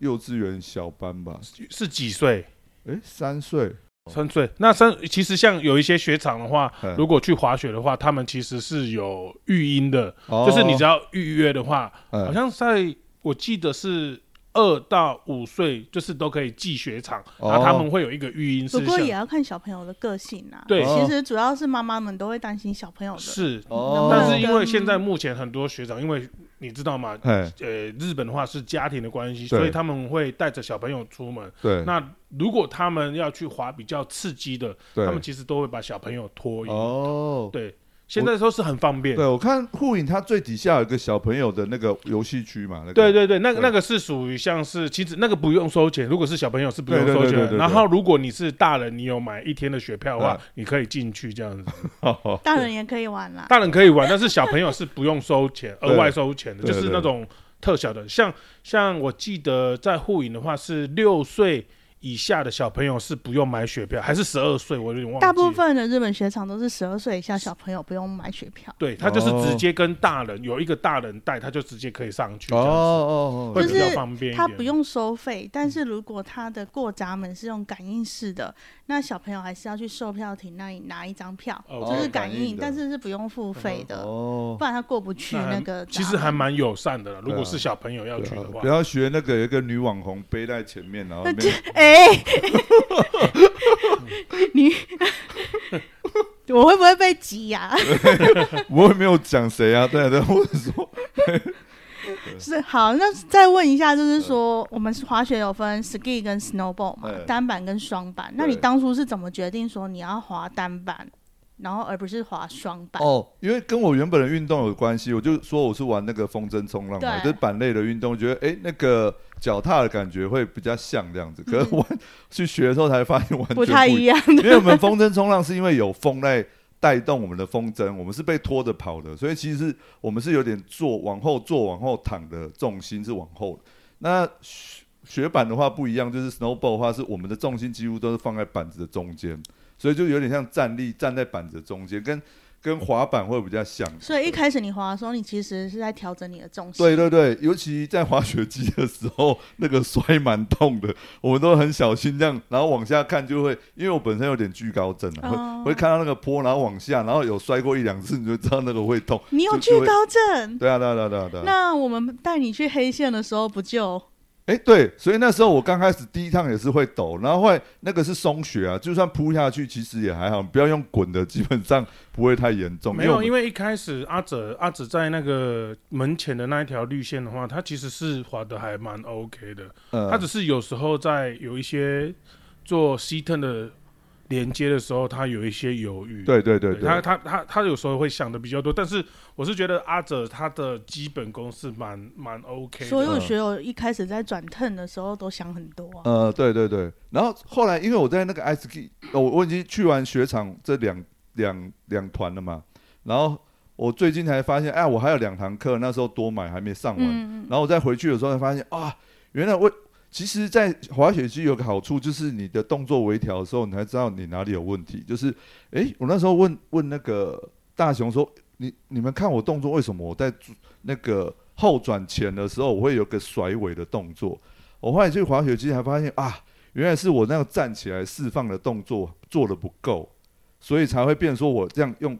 Speaker 2: 幼稚园小班吧，
Speaker 3: 是几岁？
Speaker 2: 诶，三岁。
Speaker 3: 三岁。那三其实像有一些雪场的话，
Speaker 2: 嗯
Speaker 3: 如果去滑雪的话，他们其实是有育婴的，
Speaker 2: 就
Speaker 3: 就是你只要预约的话，好
Speaker 2: 好
Speaker 3: 像在我记得是二到五岁，就是都可以寄雪场，
Speaker 2: 哦
Speaker 3: 然后他们会有一个育婴
Speaker 1: 不
Speaker 3: 是
Speaker 1: 过也
Speaker 3: 像
Speaker 1: 要看小朋友的个性啊。
Speaker 3: 对
Speaker 1: 其实主要是妈妈们都会担心小朋友的。
Speaker 3: 哦是，
Speaker 2: 哦
Speaker 3: 但是因为现在目前很多学长因为你知道吗？
Speaker 2: 哎，
Speaker 3: 呃，日本的话是家庭的关系，
Speaker 2: 对
Speaker 3: 所以他们会带着小朋友出门。
Speaker 2: 对，
Speaker 3: 那如果他们要去滑比较刺激的，
Speaker 2: 对
Speaker 3: 他们其实都会把小朋友脱衣。
Speaker 2: 哦，
Speaker 3: 对，现在都是很方便。
Speaker 2: 对，我看护影它最底下有一个小朋友的那个游戏区嘛，那个
Speaker 3: 对对对，那个
Speaker 2: 对
Speaker 3: 那个是属于像是，其实那个不用收钱，如果是小朋友是不用
Speaker 2: 对对对
Speaker 3: 收钱
Speaker 2: 对对
Speaker 3: 的。
Speaker 2: 对
Speaker 3: 然后如果你是大人，你有买一天的雪票的话
Speaker 2: 嗯，
Speaker 3: 你可以进去这样子。
Speaker 2: 哦
Speaker 1: 大人也可以玩啦。
Speaker 3: 大人可以玩，但是小朋友是不用收钱，
Speaker 2: 对
Speaker 3: 额外收钱的，
Speaker 2: 对
Speaker 3: 就是那种特小的。像像我记得在护影的话，是六岁以下的小朋友是不用买雪票，还是十二岁，我有点忘记了。
Speaker 1: 大部分的日本雪场都是十二岁以下小朋友不用买雪票，
Speaker 3: 对他就是
Speaker 2: 哦
Speaker 3: 直接跟大人、有一个大人带，他就直接可以上去，这
Speaker 2: 哦
Speaker 3: 样子、
Speaker 2: 哦哦，
Speaker 3: 会
Speaker 1: 就
Speaker 3: 比较
Speaker 1: 是
Speaker 3: 方便一点。嗯
Speaker 1: 他不用收费。但是如果他的过闸门是用感应式的，那小朋友还是要去售票亭那里拿一张票，
Speaker 3: 哦
Speaker 1: 就是感
Speaker 2: 感应
Speaker 1: 应，
Speaker 2: 的
Speaker 1: 但是是不用付费的，
Speaker 2: 哦
Speaker 1: 不，然他过不去
Speaker 3: 嗯那还
Speaker 1: 那个闸门。
Speaker 3: 其实还蛮友善的啦。如
Speaker 2: 对
Speaker 3: 果
Speaker 2: 啊
Speaker 3: 是小朋友要去
Speaker 2: 对
Speaker 3: 的
Speaker 2: 啊
Speaker 3: 话，
Speaker 2: 不要学那个有一个女网红背在前面， 然后那边
Speaker 3: 欸
Speaker 1: 哎、 你 我会不会被挤呀、
Speaker 2: 我也没有讲谁啊，对对，我是说
Speaker 1: 是好，那再问一下，就是说，我们滑雪有分 ski 跟 snowboard 嘛
Speaker 2: 嗯，
Speaker 1: 单板跟双板。那
Speaker 2: 对
Speaker 1: 你当初是怎么决定说你要滑单板，然后而不是滑双板？
Speaker 2: 哦，因为跟我原本的运动有关系，我就说我是玩那个风筝冲浪嘛，
Speaker 1: 对
Speaker 2: 就是板类的运动，觉得哎那个脚踏的感觉会比较像这样子，可是玩、去学的时候才发现完全
Speaker 1: 不
Speaker 2: 不
Speaker 1: 太一
Speaker 2: 样，
Speaker 1: 样
Speaker 2: 因为我们风筝冲浪是因为有风在。带动我们的风筝，我们是被拖着跑的，所以其实我们是有点坐往后坐往后躺的重心是往后的。那雪雪板的话不一样，就是 snowboard 的话是我们的重心几乎都是放在板子的中间，所以就有点像站立站在板子的中间，跟跟滑板会比较像。
Speaker 1: 所以一开始你滑的时候，你其实是在调整你的重心。
Speaker 2: 对对对，尤其在滑雪机的时候，那个摔蛮痛的， 我们都很小心这样，然后往下看就会，因为我本身有点惧高症啊，会、
Speaker 1: 哦
Speaker 2: 会看到那个坡，然后往下，然后有摔过一两次，你就知道那个会痛。
Speaker 1: 你有惧高症。
Speaker 2: 对啊，对啊，对啊，对啊，对啊。
Speaker 1: 那我们带你去黑线的时候，不就
Speaker 2: 哎，对，所以那时候我刚开始第一趟也是会抖，然后后来那个是松雪啊，就算扑下去其实也还好，不要用滚的，基本上不会太严重。
Speaker 3: 没有，
Speaker 2: 为
Speaker 3: 因为一开始阿哲阿哲在那个门前的那一条绿线的话，他其实是滑的还蛮 OK 的。
Speaker 2: 我们、
Speaker 3: 他只是有时候在有一些做 C turn 的连接的时候，他有一些犹豫。
Speaker 2: 嗯、对对对对，
Speaker 3: 他他他他有时候会想的比较多，但是我是觉得阿哲他的基本功是蛮蛮 OK
Speaker 1: 所
Speaker 3: 的。
Speaker 2: 嗯
Speaker 1: 有学友一开始在转 turn 的时候都想很多啊？
Speaker 2: 呃，对对对，然后后来因为我在那个 ice ski，呃我我已经去完雪场这两两两团了嘛，然后我最近才发现，哎，我还有两堂课，那时候多买还没上完，
Speaker 1: 嗯，嗯
Speaker 2: 然后我再回去的时候才发现啊，原来我其实，在滑雪机有个好处，就是你的动作微调的时候，你才知道你哪里有问题。就是，诶，我那时候问问那个大雄说，你你们看我动作，为什么我在做那个后转前的时候，我会有个甩尾的动作？哦我后来去滑雪机才发现啊，原来是我那个站起来释放的动作做的不够，所以才会变成说我这样用。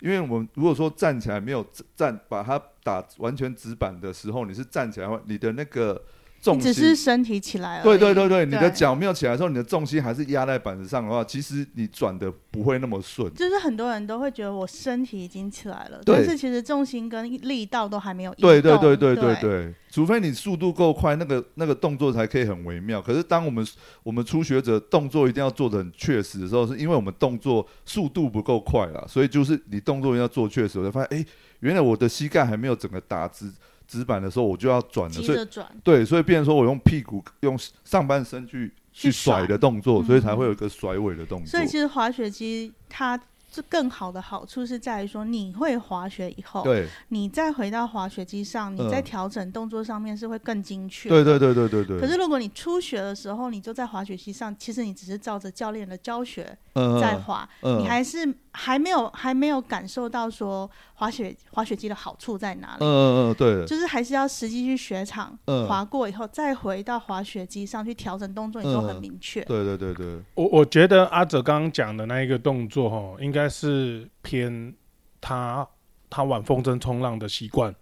Speaker 2: 因为我们如果说站起来没有站，把它打完全直板的时候，你是站起来的话，你的那个重
Speaker 1: 你只
Speaker 2: 心
Speaker 1: 是身体起来而已。
Speaker 2: 对对对对，你的
Speaker 1: 对
Speaker 2: 脚没有起来的时候，你的重心还是压在板子上的话，其实你转的不会那么顺。
Speaker 1: 就是很多人都会觉得我身体已经起来了，
Speaker 2: 对
Speaker 1: 但是其实重心跟力道都还没有移动。
Speaker 2: 对对对
Speaker 1: 对
Speaker 2: 对对对，除非你速度够快，那个那个动作才可以很微妙。可是当我们我们初学者动作一定要做的很确实的时候，是因为我们动作速度不够快啦，所以就是你动作一定要做确实。我才发现，哎，原来我的膝盖还没有整个打直直板的时候，我就要转了，
Speaker 1: 急
Speaker 2: 所以
Speaker 1: 着转。
Speaker 2: 对，所以变成说我用屁股用上半身去去
Speaker 1: 去甩
Speaker 2: 甩的动作，所以才
Speaker 1: 嗯
Speaker 2: 会有一个甩尾的动作。
Speaker 1: 所以其实滑雪机它这更好的好处是在于说，你会滑雪以后，
Speaker 2: 对。
Speaker 1: 你再回到滑雪机上，
Speaker 2: 嗯
Speaker 1: 你在调整动作上面是会更精确。
Speaker 2: 对。对对对对对。
Speaker 1: 可是如果你初学的时候，你就在滑雪机上，其实你只是照着教练的教学
Speaker 2: 嗯
Speaker 1: 在滑，
Speaker 2: 嗯
Speaker 1: 你还是还没有还没有感受到说滑雪滑雪机的好处在哪里。
Speaker 2: 嗯嗯嗯，对，
Speaker 1: 就是还是要实际去雪场、
Speaker 2: 嗯
Speaker 1: 滑过以后，再回到滑雪机上去调整动作，你就很明确。
Speaker 2: 对对对对，
Speaker 3: 我我觉得阿哲刚刚讲的那一个动作哈，应该是偏他他玩风筝冲浪的习惯，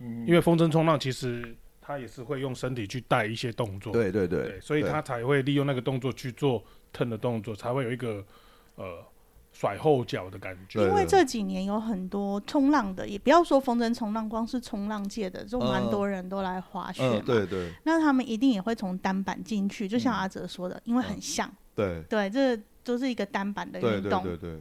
Speaker 2: 嗯
Speaker 3: 因为风筝冲浪其实他也是会用身体去带一些动作，
Speaker 2: 对对对
Speaker 3: 对，所以他才会利用那个动作去做 turn 的动作，才会有一个呃甩后脚的感觉。
Speaker 2: 对
Speaker 1: 因为
Speaker 2: 对
Speaker 1: 这几年有很多冲浪的，也不要说风筝冲浪，光是冲浪界的，就蛮多人都来滑雪嘛。
Speaker 2: 嗯，对嗯对
Speaker 1: 那他们一定也会从单板进去，就像阿哲说的，因为
Speaker 2: 嗯
Speaker 1: 很像，
Speaker 2: 对
Speaker 1: 对，这都是一个单板的
Speaker 2: 对
Speaker 1: 运
Speaker 2: 对
Speaker 1: 动。
Speaker 2: 对对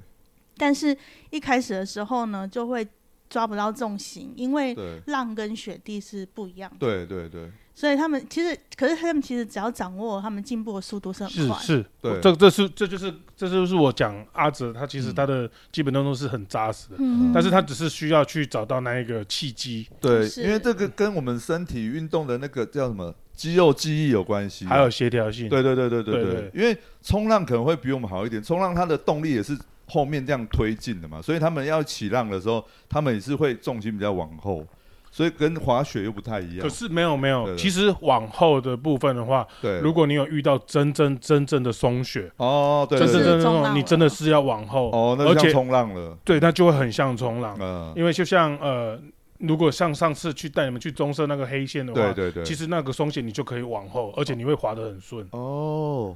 Speaker 1: 但是一开始的时候呢，就会抓不到重心，因为
Speaker 2: 对
Speaker 1: 浪跟雪地是不一样的，
Speaker 2: 对对对，
Speaker 1: 所以他们其实，可是他们其实只要掌握他们进步的速度是很
Speaker 3: 是
Speaker 1: 快，
Speaker 3: 是，
Speaker 2: 对
Speaker 3: 我哦这这是这就是这就是我讲阿哲，他其实
Speaker 2: 嗯
Speaker 3: 他的基本动作是很扎实的，
Speaker 1: 嗯，
Speaker 3: 但是他只是需要去找到那一个契机，
Speaker 2: 对，
Speaker 1: 是
Speaker 2: 因为这个跟我们身体运动的那个叫什么肌肉记忆有关系，啊
Speaker 3: 还有协调性。
Speaker 2: 嗯对对对对对
Speaker 3: 对
Speaker 2: 对，因为冲浪可能会比我们好一点，冲浪它的动力也是后面这样推进的嘛，所以他们要起浪的时候，他们也是会重心比较往后，所以跟滑雪又不太一样
Speaker 3: 可。是没有没
Speaker 2: 对
Speaker 3: 有，
Speaker 2: 对
Speaker 3: 其实往后的部分的话，
Speaker 2: 对，
Speaker 3: 如果你有遇到真正真正的松雪，
Speaker 2: 哦，对
Speaker 3: 真
Speaker 2: 对
Speaker 3: 正
Speaker 2: 对，
Speaker 3: 真正
Speaker 1: 冲
Speaker 3: 那
Speaker 1: 浪
Speaker 3: 种，你
Speaker 1: 了
Speaker 3: 真的是要往后，
Speaker 2: 哦，那就
Speaker 3: 而
Speaker 2: 像
Speaker 3: 且
Speaker 2: 冲浪了，
Speaker 3: 对，那就会很像冲浪，
Speaker 2: 嗯，
Speaker 3: 因为就像呃，如果像上次去带你们去棕色那个黑线的
Speaker 2: 对
Speaker 3: 话，
Speaker 2: 对对，
Speaker 3: 其实那个松雪你就可以往后，而且你会滑得很顺。
Speaker 2: 哦。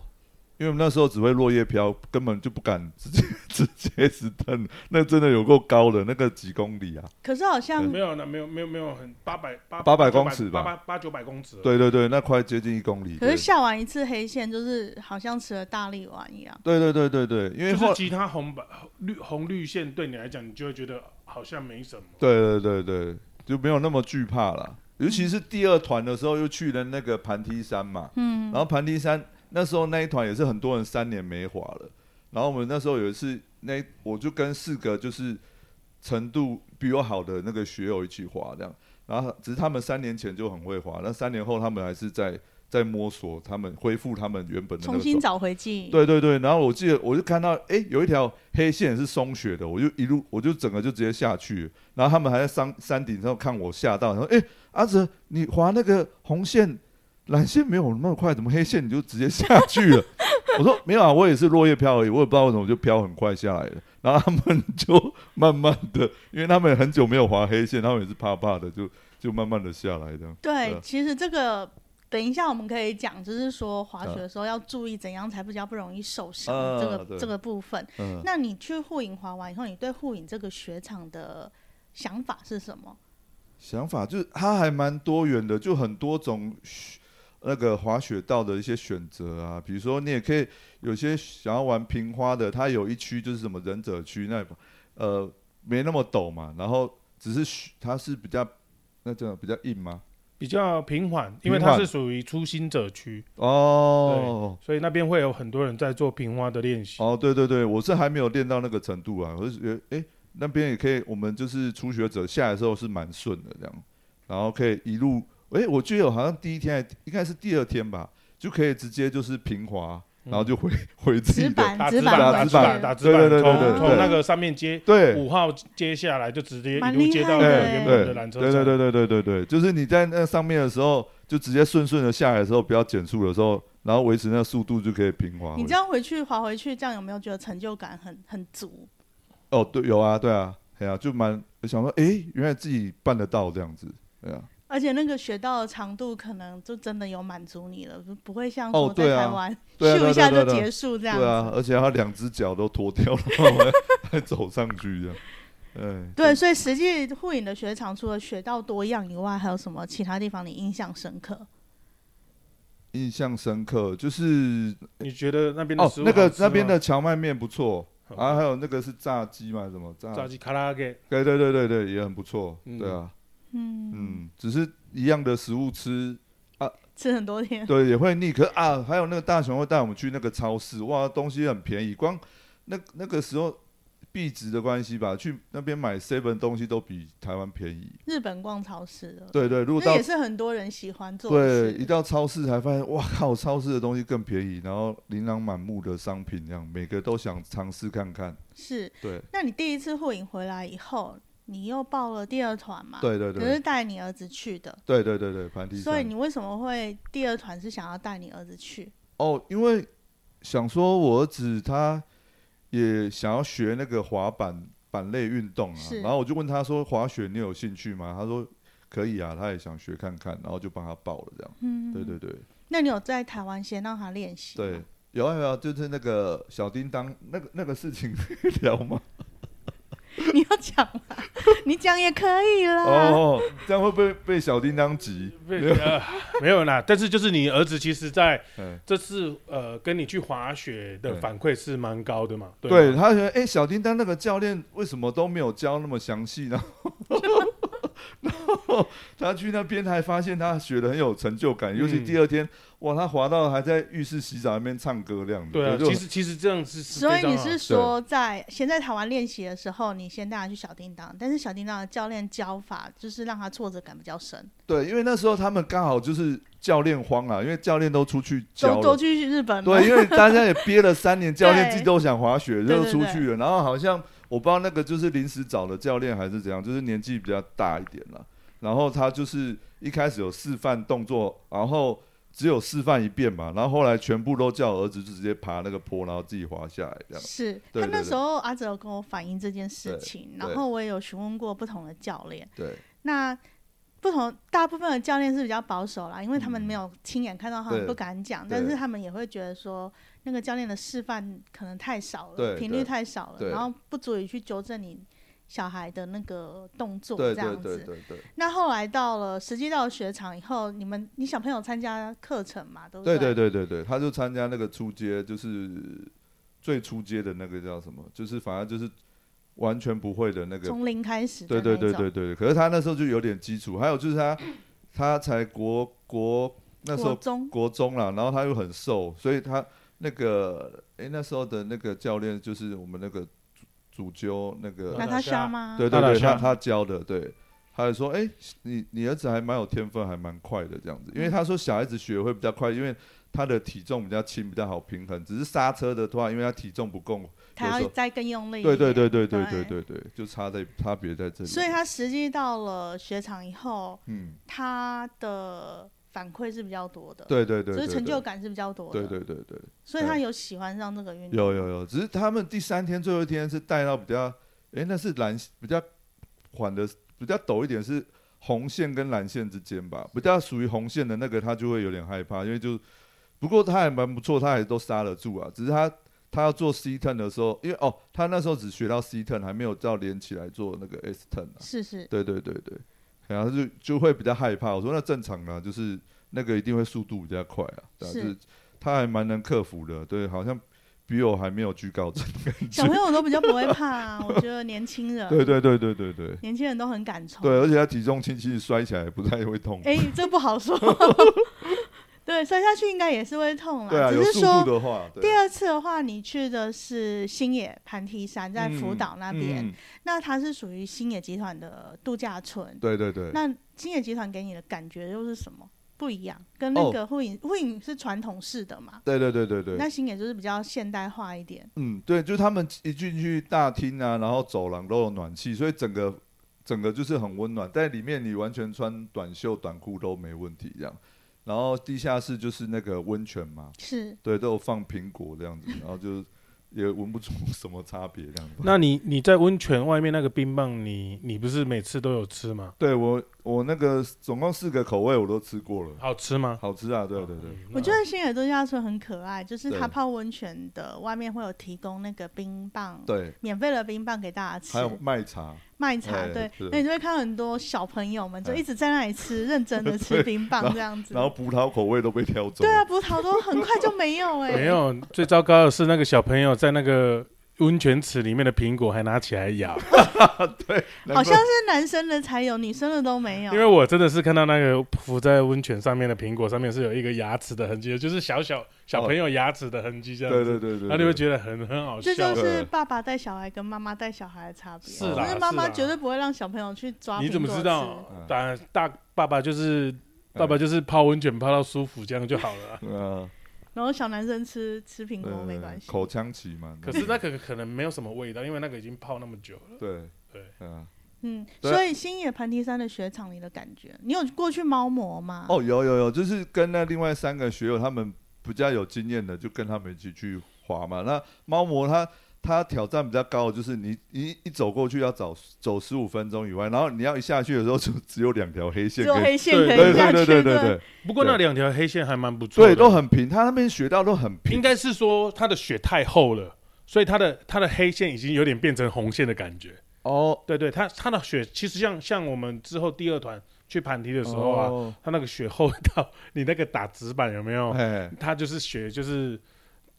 Speaker 2: 因为我们那时候只会落叶飘，根本就不敢直接 直接直蹬，那真的有够高的，那个几公里啊！
Speaker 1: 可是好像
Speaker 3: 没有那没有没有没有很八百八
Speaker 2: 800公尺吧
Speaker 3: 八八八九百公尺。，
Speaker 2: 对对对，那快接近一公里。
Speaker 1: 可是
Speaker 2: 对
Speaker 1: 下完一次黑线，就是好像吃了大力丸一样。
Speaker 2: 对对对对对，因为
Speaker 3: 就
Speaker 2: 后
Speaker 3: 是其他红白绿红绿线对你来讲，你就会觉得好像没什么。
Speaker 2: 对对对对，就没有那么惧怕了。尤其是第二团的时候，又去了那个盘梯山嘛，
Speaker 1: 嗯
Speaker 2: 然后盘梯山那时候那一团也是很多人三年没滑了。然后我们那时候有一次，那我就跟四个就是程度比我好的那个学友一起滑这样。然后只是他们三年前就很会滑，那三年后他们还是在在摸索，他们恢复他们原本的那
Speaker 1: 重
Speaker 2: 个
Speaker 1: 新
Speaker 2: 状
Speaker 1: 找回记忆。
Speaker 2: 对对对，然后我记得我就看到，哎、有一条黑线是松雪的，我就一路我就整个就直接下去，然后他们还在山山顶上看我吓到，然后哎、诶阿哲你划那个红线，蓝线没有那么快，怎么黑线你就直接下去了？ 我说没有啊，我也是落叶飘而已，我也不知道为什么就飘很快下来了。然后他们就慢慢的，因为他们很久没有划黑线，他们也是怕怕的，就就慢慢的下来这样。
Speaker 1: 对，
Speaker 2: 对
Speaker 1: 其实这个等一下我们可以讲，就是说滑雪的时候要注意怎样才比较不容易受伤、
Speaker 2: 啊
Speaker 1: 这个
Speaker 2: 对
Speaker 1: 这个部分。
Speaker 2: 嗯，
Speaker 1: 那你去护影滑完以后，你对护影这个雪场的想法是什么？
Speaker 2: 想法就是它还蛮多元的，就很多种雪那个滑雪道的一些选择啊，比如说你也可以有些想要玩平花的，它有一区就是什么忍者区那，呃，没那么陡嘛，然后只是雪它是比较那叫比较硬吗？
Speaker 3: 比较平缓，
Speaker 2: 平
Speaker 3: 因
Speaker 2: 缓
Speaker 3: 为它是属于初心者区，
Speaker 2: 哦
Speaker 3: 所以那边会有很多人在做平花的练习。
Speaker 2: 哦，对对对，我是还没有练到那个程度啊，我是觉得哎、诶那边也可以，我们就是初学者下来的时候是蛮顺的这样，然后可以一路，哎、我记得好像第一天还应该是第二天吧，就可以直接就是平滑，然后就回、
Speaker 3: 嗯
Speaker 2: 回自己
Speaker 1: 直
Speaker 2: 的，
Speaker 1: 板
Speaker 3: 打
Speaker 1: 直
Speaker 3: 直板，打
Speaker 1: 板
Speaker 3: 直板，打
Speaker 1: 板
Speaker 3: 直
Speaker 2: 对
Speaker 3: 板，
Speaker 2: 对对
Speaker 1: 对对
Speaker 3: 从从那个上面接
Speaker 2: 对。
Speaker 3: 五号接下来就直接一
Speaker 1: 蛮
Speaker 3: 路接到
Speaker 1: 厉害的欸
Speaker 2: 哎
Speaker 3: 哦原
Speaker 2: 对
Speaker 3: 本的缆车
Speaker 2: 对对
Speaker 3: 站。
Speaker 2: 对对对对对，就是你在那上面的时候，就直接顺顺的下来的时候，不要减速的时候，然后维持那个速度就可以平滑回。
Speaker 1: 你这样回去滑回去，这样有没有觉得成就感很很足？
Speaker 2: 哦，对，有啊，对啊，哎呀、就蛮想说，哎、原来自己办得到这样子，对啊。
Speaker 1: 而且那个雪道的长度可能就真的有满足你了，不会像
Speaker 2: 哦
Speaker 1: 说
Speaker 2: 对
Speaker 1: 在
Speaker 2: 啊
Speaker 1: 台湾
Speaker 2: 对啊
Speaker 1: 咻
Speaker 2: 对啊
Speaker 1: 一下
Speaker 2: 对啊
Speaker 1: 就
Speaker 2: 对啊
Speaker 1: 结束这样
Speaker 2: 对啊，
Speaker 1: 子。
Speaker 2: 而且他两只脚都脱掉了， 然后还还走上去这样。哎，
Speaker 1: 对，所以实际护影的雪场除了雪道多样以外，还有什么其他地方你印象深刻？
Speaker 2: 印象深刻就是
Speaker 3: 你觉得那边的
Speaker 2: 哦
Speaker 3: 食，物
Speaker 2: 那
Speaker 3: 好
Speaker 2: 个
Speaker 3: 吃吗
Speaker 2: 那边的荞麦面不错，
Speaker 3: 好
Speaker 2: 啊，还有那个是炸鸡嘛，什么炸？
Speaker 3: 炸鸡卡拉给
Speaker 2: 对对对对对，也很不错。
Speaker 3: 嗯
Speaker 2: 对啊，
Speaker 1: 嗯
Speaker 2: 嗯，只是一样的食物吃，
Speaker 1: 吃很多天，
Speaker 2: 对也会腻。可是啊，还有那个大雄会带我们去那个超市，哇，东西很便宜，光那那个时候。币值的关系吧，去那边买 seven 东西都比台湾便宜。
Speaker 1: 日本逛超市的，
Speaker 2: 对对，如果
Speaker 1: 那
Speaker 2: 到
Speaker 1: 也是很多人喜欢做
Speaker 2: 对
Speaker 1: 的，
Speaker 2: 一
Speaker 1: 事。
Speaker 2: 到超市才发现，哇靠，超市的东西更便宜，然后琳琅满目的商品，这样每个都想尝试看看。
Speaker 1: 是，
Speaker 2: 对，
Speaker 1: 那你第一次护影回来以后，你又报了第二团嘛？，
Speaker 2: 对对
Speaker 1: 可是
Speaker 2: 对，
Speaker 1: 带你儿子去的，
Speaker 2: 对对对对，盘梯
Speaker 1: 所以
Speaker 2: 山。
Speaker 1: 你为什么会第二团是想要带你儿子去？
Speaker 2: 哦，因为想说我儿子他也想要学那个滑板板类运动啊
Speaker 1: 是，
Speaker 2: 然后我就问他说滑雪你有兴趣吗？他说可以啊，他也想学看看，然后就帮他报了这样。
Speaker 1: 嗯，
Speaker 2: 对对对
Speaker 1: 那你有在台湾先让他练习？
Speaker 2: 对，，有啊有啊，就是那个小叮当那个那个事情 聊吗？
Speaker 1: 你要讲吗？你讲也可以啦。
Speaker 2: 哦，这样会不会被小叮当急？
Speaker 3: 没有、 呃没有啦，但是就是你儿子其实在
Speaker 2: 嗯，
Speaker 3: 这次呃跟你去滑雪的
Speaker 2: 对
Speaker 3: 反馈是蛮高的嘛，对啊
Speaker 2: 对
Speaker 3: 吗
Speaker 2: 他觉得，哎、小叮当那个教练为什么都没有教那么详细呢？然后他去那边还发现他学的很有成就感，尤其
Speaker 3: 嗯
Speaker 2: 第二天，哇，他滑到还在浴室洗澡那边唱歌这样子。
Speaker 3: 对啊，
Speaker 2: 我就
Speaker 3: 其实其实这样啊是是
Speaker 1: 所以
Speaker 2: 啊
Speaker 3: 非常
Speaker 1: 你
Speaker 3: 好
Speaker 1: 是说，在先在台湾练习的时候，你先带他去小叮当，但是小叮当的教练教法就是让他挫折感比较深，
Speaker 2: 对，因为那时候他们刚好就是教练荒啊，因为教练都出去教
Speaker 1: 都
Speaker 2: 了
Speaker 1: 都。去日本了
Speaker 2: 对，。因为大家也憋了三 年，教练
Speaker 1: 对
Speaker 2: 自己都想滑雪，
Speaker 1: 对
Speaker 2: 就出去了。然后好像我不知道那个就是临时找的教练还是怎样，就是年纪比较大一点了。然后他就是一开始有示范动作，然后只有示范一遍嘛，然后后来全部都叫我儿子就直接爬那个坡，然后自己滑下来这样。
Speaker 1: 是
Speaker 2: 对
Speaker 1: 他
Speaker 2: 对
Speaker 1: 那
Speaker 2: 对
Speaker 1: 时候阿哲有跟我反映这件事情，
Speaker 2: 对
Speaker 1: 然后我也有询问过不同的教练，
Speaker 2: 对
Speaker 1: 那不同大部分的教练是比较保守啦，因为他们
Speaker 2: 嗯
Speaker 1: 没有亲眼看到，他们
Speaker 2: 对
Speaker 1: 不敢讲，
Speaker 2: 对
Speaker 1: 但是他们也会觉得说那个教练的示范可能太少了，
Speaker 2: 对
Speaker 1: 频率
Speaker 2: 对
Speaker 1: 太少了，
Speaker 2: 对
Speaker 1: 然后不足以去纠正你小孩的那个动作
Speaker 2: 对
Speaker 1: 这
Speaker 2: 对
Speaker 1: 样
Speaker 2: 对
Speaker 1: 子。
Speaker 2: 对对
Speaker 1: 那后来到了实际到了雪场以后，你们你小朋友参加课程嘛，对不
Speaker 2: 对
Speaker 1: 对
Speaker 2: 对对对对，他就参加那个初阶，就是最初阶的那个叫什么，就是反正就是完全不会的那个
Speaker 1: 从零开始的
Speaker 2: 对
Speaker 1: 那
Speaker 2: 对对
Speaker 1: 种
Speaker 2: 对对，可是他那时候就有点基础，还有就是他他才国国那时
Speaker 1: 国
Speaker 2: 候
Speaker 1: 中
Speaker 2: 国中啦，然后他又很瘦，所以他那个诶，那时候的那个教练就是我们那个主主揪那个，
Speaker 1: 那
Speaker 3: 那
Speaker 1: 他
Speaker 3: 他
Speaker 1: 杀
Speaker 3: 下
Speaker 1: 吗？
Speaker 2: 对对
Speaker 3: 大大
Speaker 2: 对，他
Speaker 3: 象
Speaker 2: 他教的对。他还说：“哎、你你儿子还蛮有天分，还蛮快的这样子。因为他说小孩子学会比较快，因为他的体重比较轻，比较好平衡。只是刹车的话，因为他体重不够，
Speaker 1: 他
Speaker 2: 有时
Speaker 1: 要
Speaker 2: 候
Speaker 1: 再更用力一
Speaker 2: 对对
Speaker 1: 点
Speaker 2: 对对对对
Speaker 1: 对
Speaker 2: 对对，就差在差别在这里。
Speaker 1: 所以他实际到了雪场以后，
Speaker 2: 嗯，
Speaker 1: 他的反馈是比较多的，
Speaker 2: 对对对，
Speaker 1: 所以
Speaker 2: 对
Speaker 1: 成
Speaker 2: 对
Speaker 1: 就感是比较多的。
Speaker 2: 对对对对，
Speaker 1: 所以他有喜欢上这个运动。
Speaker 2: 有有有，只是他们第三天最后一天是带到比较，诶，那是蓝比较缓的，比较陡一点是红线跟蓝线之间吧，比较属于红线的那个他就会有点害怕，因为就不过他还蛮不错，他还都刹得住啊，只是他。他要做 C turn 的时候，因为哦，他那时候只学到 C turn，还没有到连起来做那个 S turn 啊。
Speaker 1: 是是，
Speaker 2: 对对对对，然后就就会比较害怕。我说那正常啦，就是那个一定会速度比较快啊，对啊，
Speaker 1: 是
Speaker 2: 就是他还蛮能克服的，对，好像比我还没有居高症。
Speaker 1: 小朋友都比较不会怕、啊，我觉得年轻人，
Speaker 2: 对对对对对对
Speaker 1: 年轻人都很敢冲。
Speaker 2: 对，而且他体重轻，其实摔起来不太会痛。
Speaker 1: 哦哎、这不好 说。对，摔下去应该也是会痛啦，
Speaker 2: 对啊，有
Speaker 1: 只
Speaker 2: 速
Speaker 1: 是
Speaker 2: 度
Speaker 1: 说
Speaker 2: 的话，对
Speaker 1: 第二次的话，你去的是新野盘梯山，在福岛那边，
Speaker 2: 嗯嗯
Speaker 1: 那它是属于新野集团的度假村。
Speaker 2: 对对对，
Speaker 1: 那新野集团给你的感觉又是什么？不一样，跟那
Speaker 2: 哦
Speaker 1: 个护影护影是传统式的嘛，
Speaker 2: 对对对对对，
Speaker 1: 那新野就是比较现代化一点。
Speaker 2: 嗯，对，就是他们一进去大厅啊，然后走廊都有暖气，所以整个整个就是很温暖。但里面你完全穿短袖短裤都没问题这样。然后地下室就是那个温泉嘛，
Speaker 1: 是
Speaker 2: 对，都有放苹果这样子，然后就也闻不出 什么差别这样子。
Speaker 3: 那你你在温泉外面那个冰棒，你你不是每次都有吃吗？
Speaker 2: 对我我那个总共四个口味我都吃过了，
Speaker 3: 好吃吗？
Speaker 2: 好吃啊！对对对，
Speaker 3: 嗯
Speaker 1: 我觉得新野度假村很可爱，就是
Speaker 2: 对
Speaker 1: 它泡温泉的外面会有提供那个冰棒，
Speaker 2: 对，
Speaker 1: 免费的冰棒给大家吃
Speaker 2: 还，有麦茶，
Speaker 1: 卖茶
Speaker 2: 哎
Speaker 1: 对
Speaker 2: 是，
Speaker 1: 那你就会看到很多小朋友们就
Speaker 2: 哎
Speaker 1: 一直在那里吃，认真 的吃冰棒这样子
Speaker 2: 然。后葡萄口味都被挑走
Speaker 1: 对
Speaker 2: 了。
Speaker 1: 啊，葡萄都很快就没有哎，
Speaker 3: 没有，最糟糕的是那个小朋友在那个温泉池里面的苹果还拿起来咬，
Speaker 2: 难
Speaker 1: 好
Speaker 2: 怪
Speaker 1: 像是男生的才有，女生的都没有
Speaker 3: 因。为我真的是看到那个浮在温泉上面的苹果上面是有一个牙齿的痕迹，就是小小小朋友牙齿的痕迹这样子，
Speaker 2: 对对对对，
Speaker 3: 然后你
Speaker 2: 对
Speaker 3: 会觉得很很好笑
Speaker 1: 这。就是
Speaker 2: 对
Speaker 1: 爸爸带小孩跟妈妈带小孩的差别。
Speaker 3: 是
Speaker 1: 就
Speaker 3: 啦
Speaker 1: 是妈妈
Speaker 3: 是啦
Speaker 1: 绝对不会让小朋友去抓。
Speaker 3: 你怎么知道？
Speaker 2: 嗯
Speaker 3: 当然，大爸爸就是爸爸就是泡温泉泡到舒服这样就好了啊、
Speaker 2: 对啊，
Speaker 1: 然后小男生吃吃苹果
Speaker 2: 对对
Speaker 1: 嗯没
Speaker 2: 对
Speaker 1: 关系。
Speaker 2: 口腔期嘛。
Speaker 3: 可是那个可能没有什么味道，因为那个已经泡那么久了。
Speaker 2: 对
Speaker 3: 对，
Speaker 2: 嗯，
Speaker 1: 嗯，
Speaker 2: 对
Speaker 3: 啊
Speaker 1: 所以新野盘梯山的雪场里的感觉，你有过去猫磨吗？
Speaker 2: 哦，有有有，就是跟那另外三个学友他们比较有经验的，就跟他们一起去滑嘛。那猫魔他它挑战比较高的就是你一一走过去要走走十五分钟以外，然后你要一下去的时候就只有两条黑
Speaker 1: 只
Speaker 2: 线
Speaker 1: 有
Speaker 2: 可以，
Speaker 1: 黑线可
Speaker 2: 对
Speaker 1: 以
Speaker 2: 对
Speaker 1: 下
Speaker 2: 对
Speaker 1: 去
Speaker 2: 对对对
Speaker 1: 的。
Speaker 3: 不过那两条黑线还蛮不错的，
Speaker 2: 对，都很平，他那边学到都很
Speaker 3: 应
Speaker 2: 平，
Speaker 3: 该是说它的雪太厚了，所以它的它的黑线已经有点变成红线的感觉。
Speaker 2: 哦，
Speaker 3: 对对，它它的雪其实像像我们之后第二团去盘梯的时候啊，
Speaker 2: 哦
Speaker 3: 它那个雪厚到你那个打直板有没有？
Speaker 2: 哎，
Speaker 3: 它就是雪就是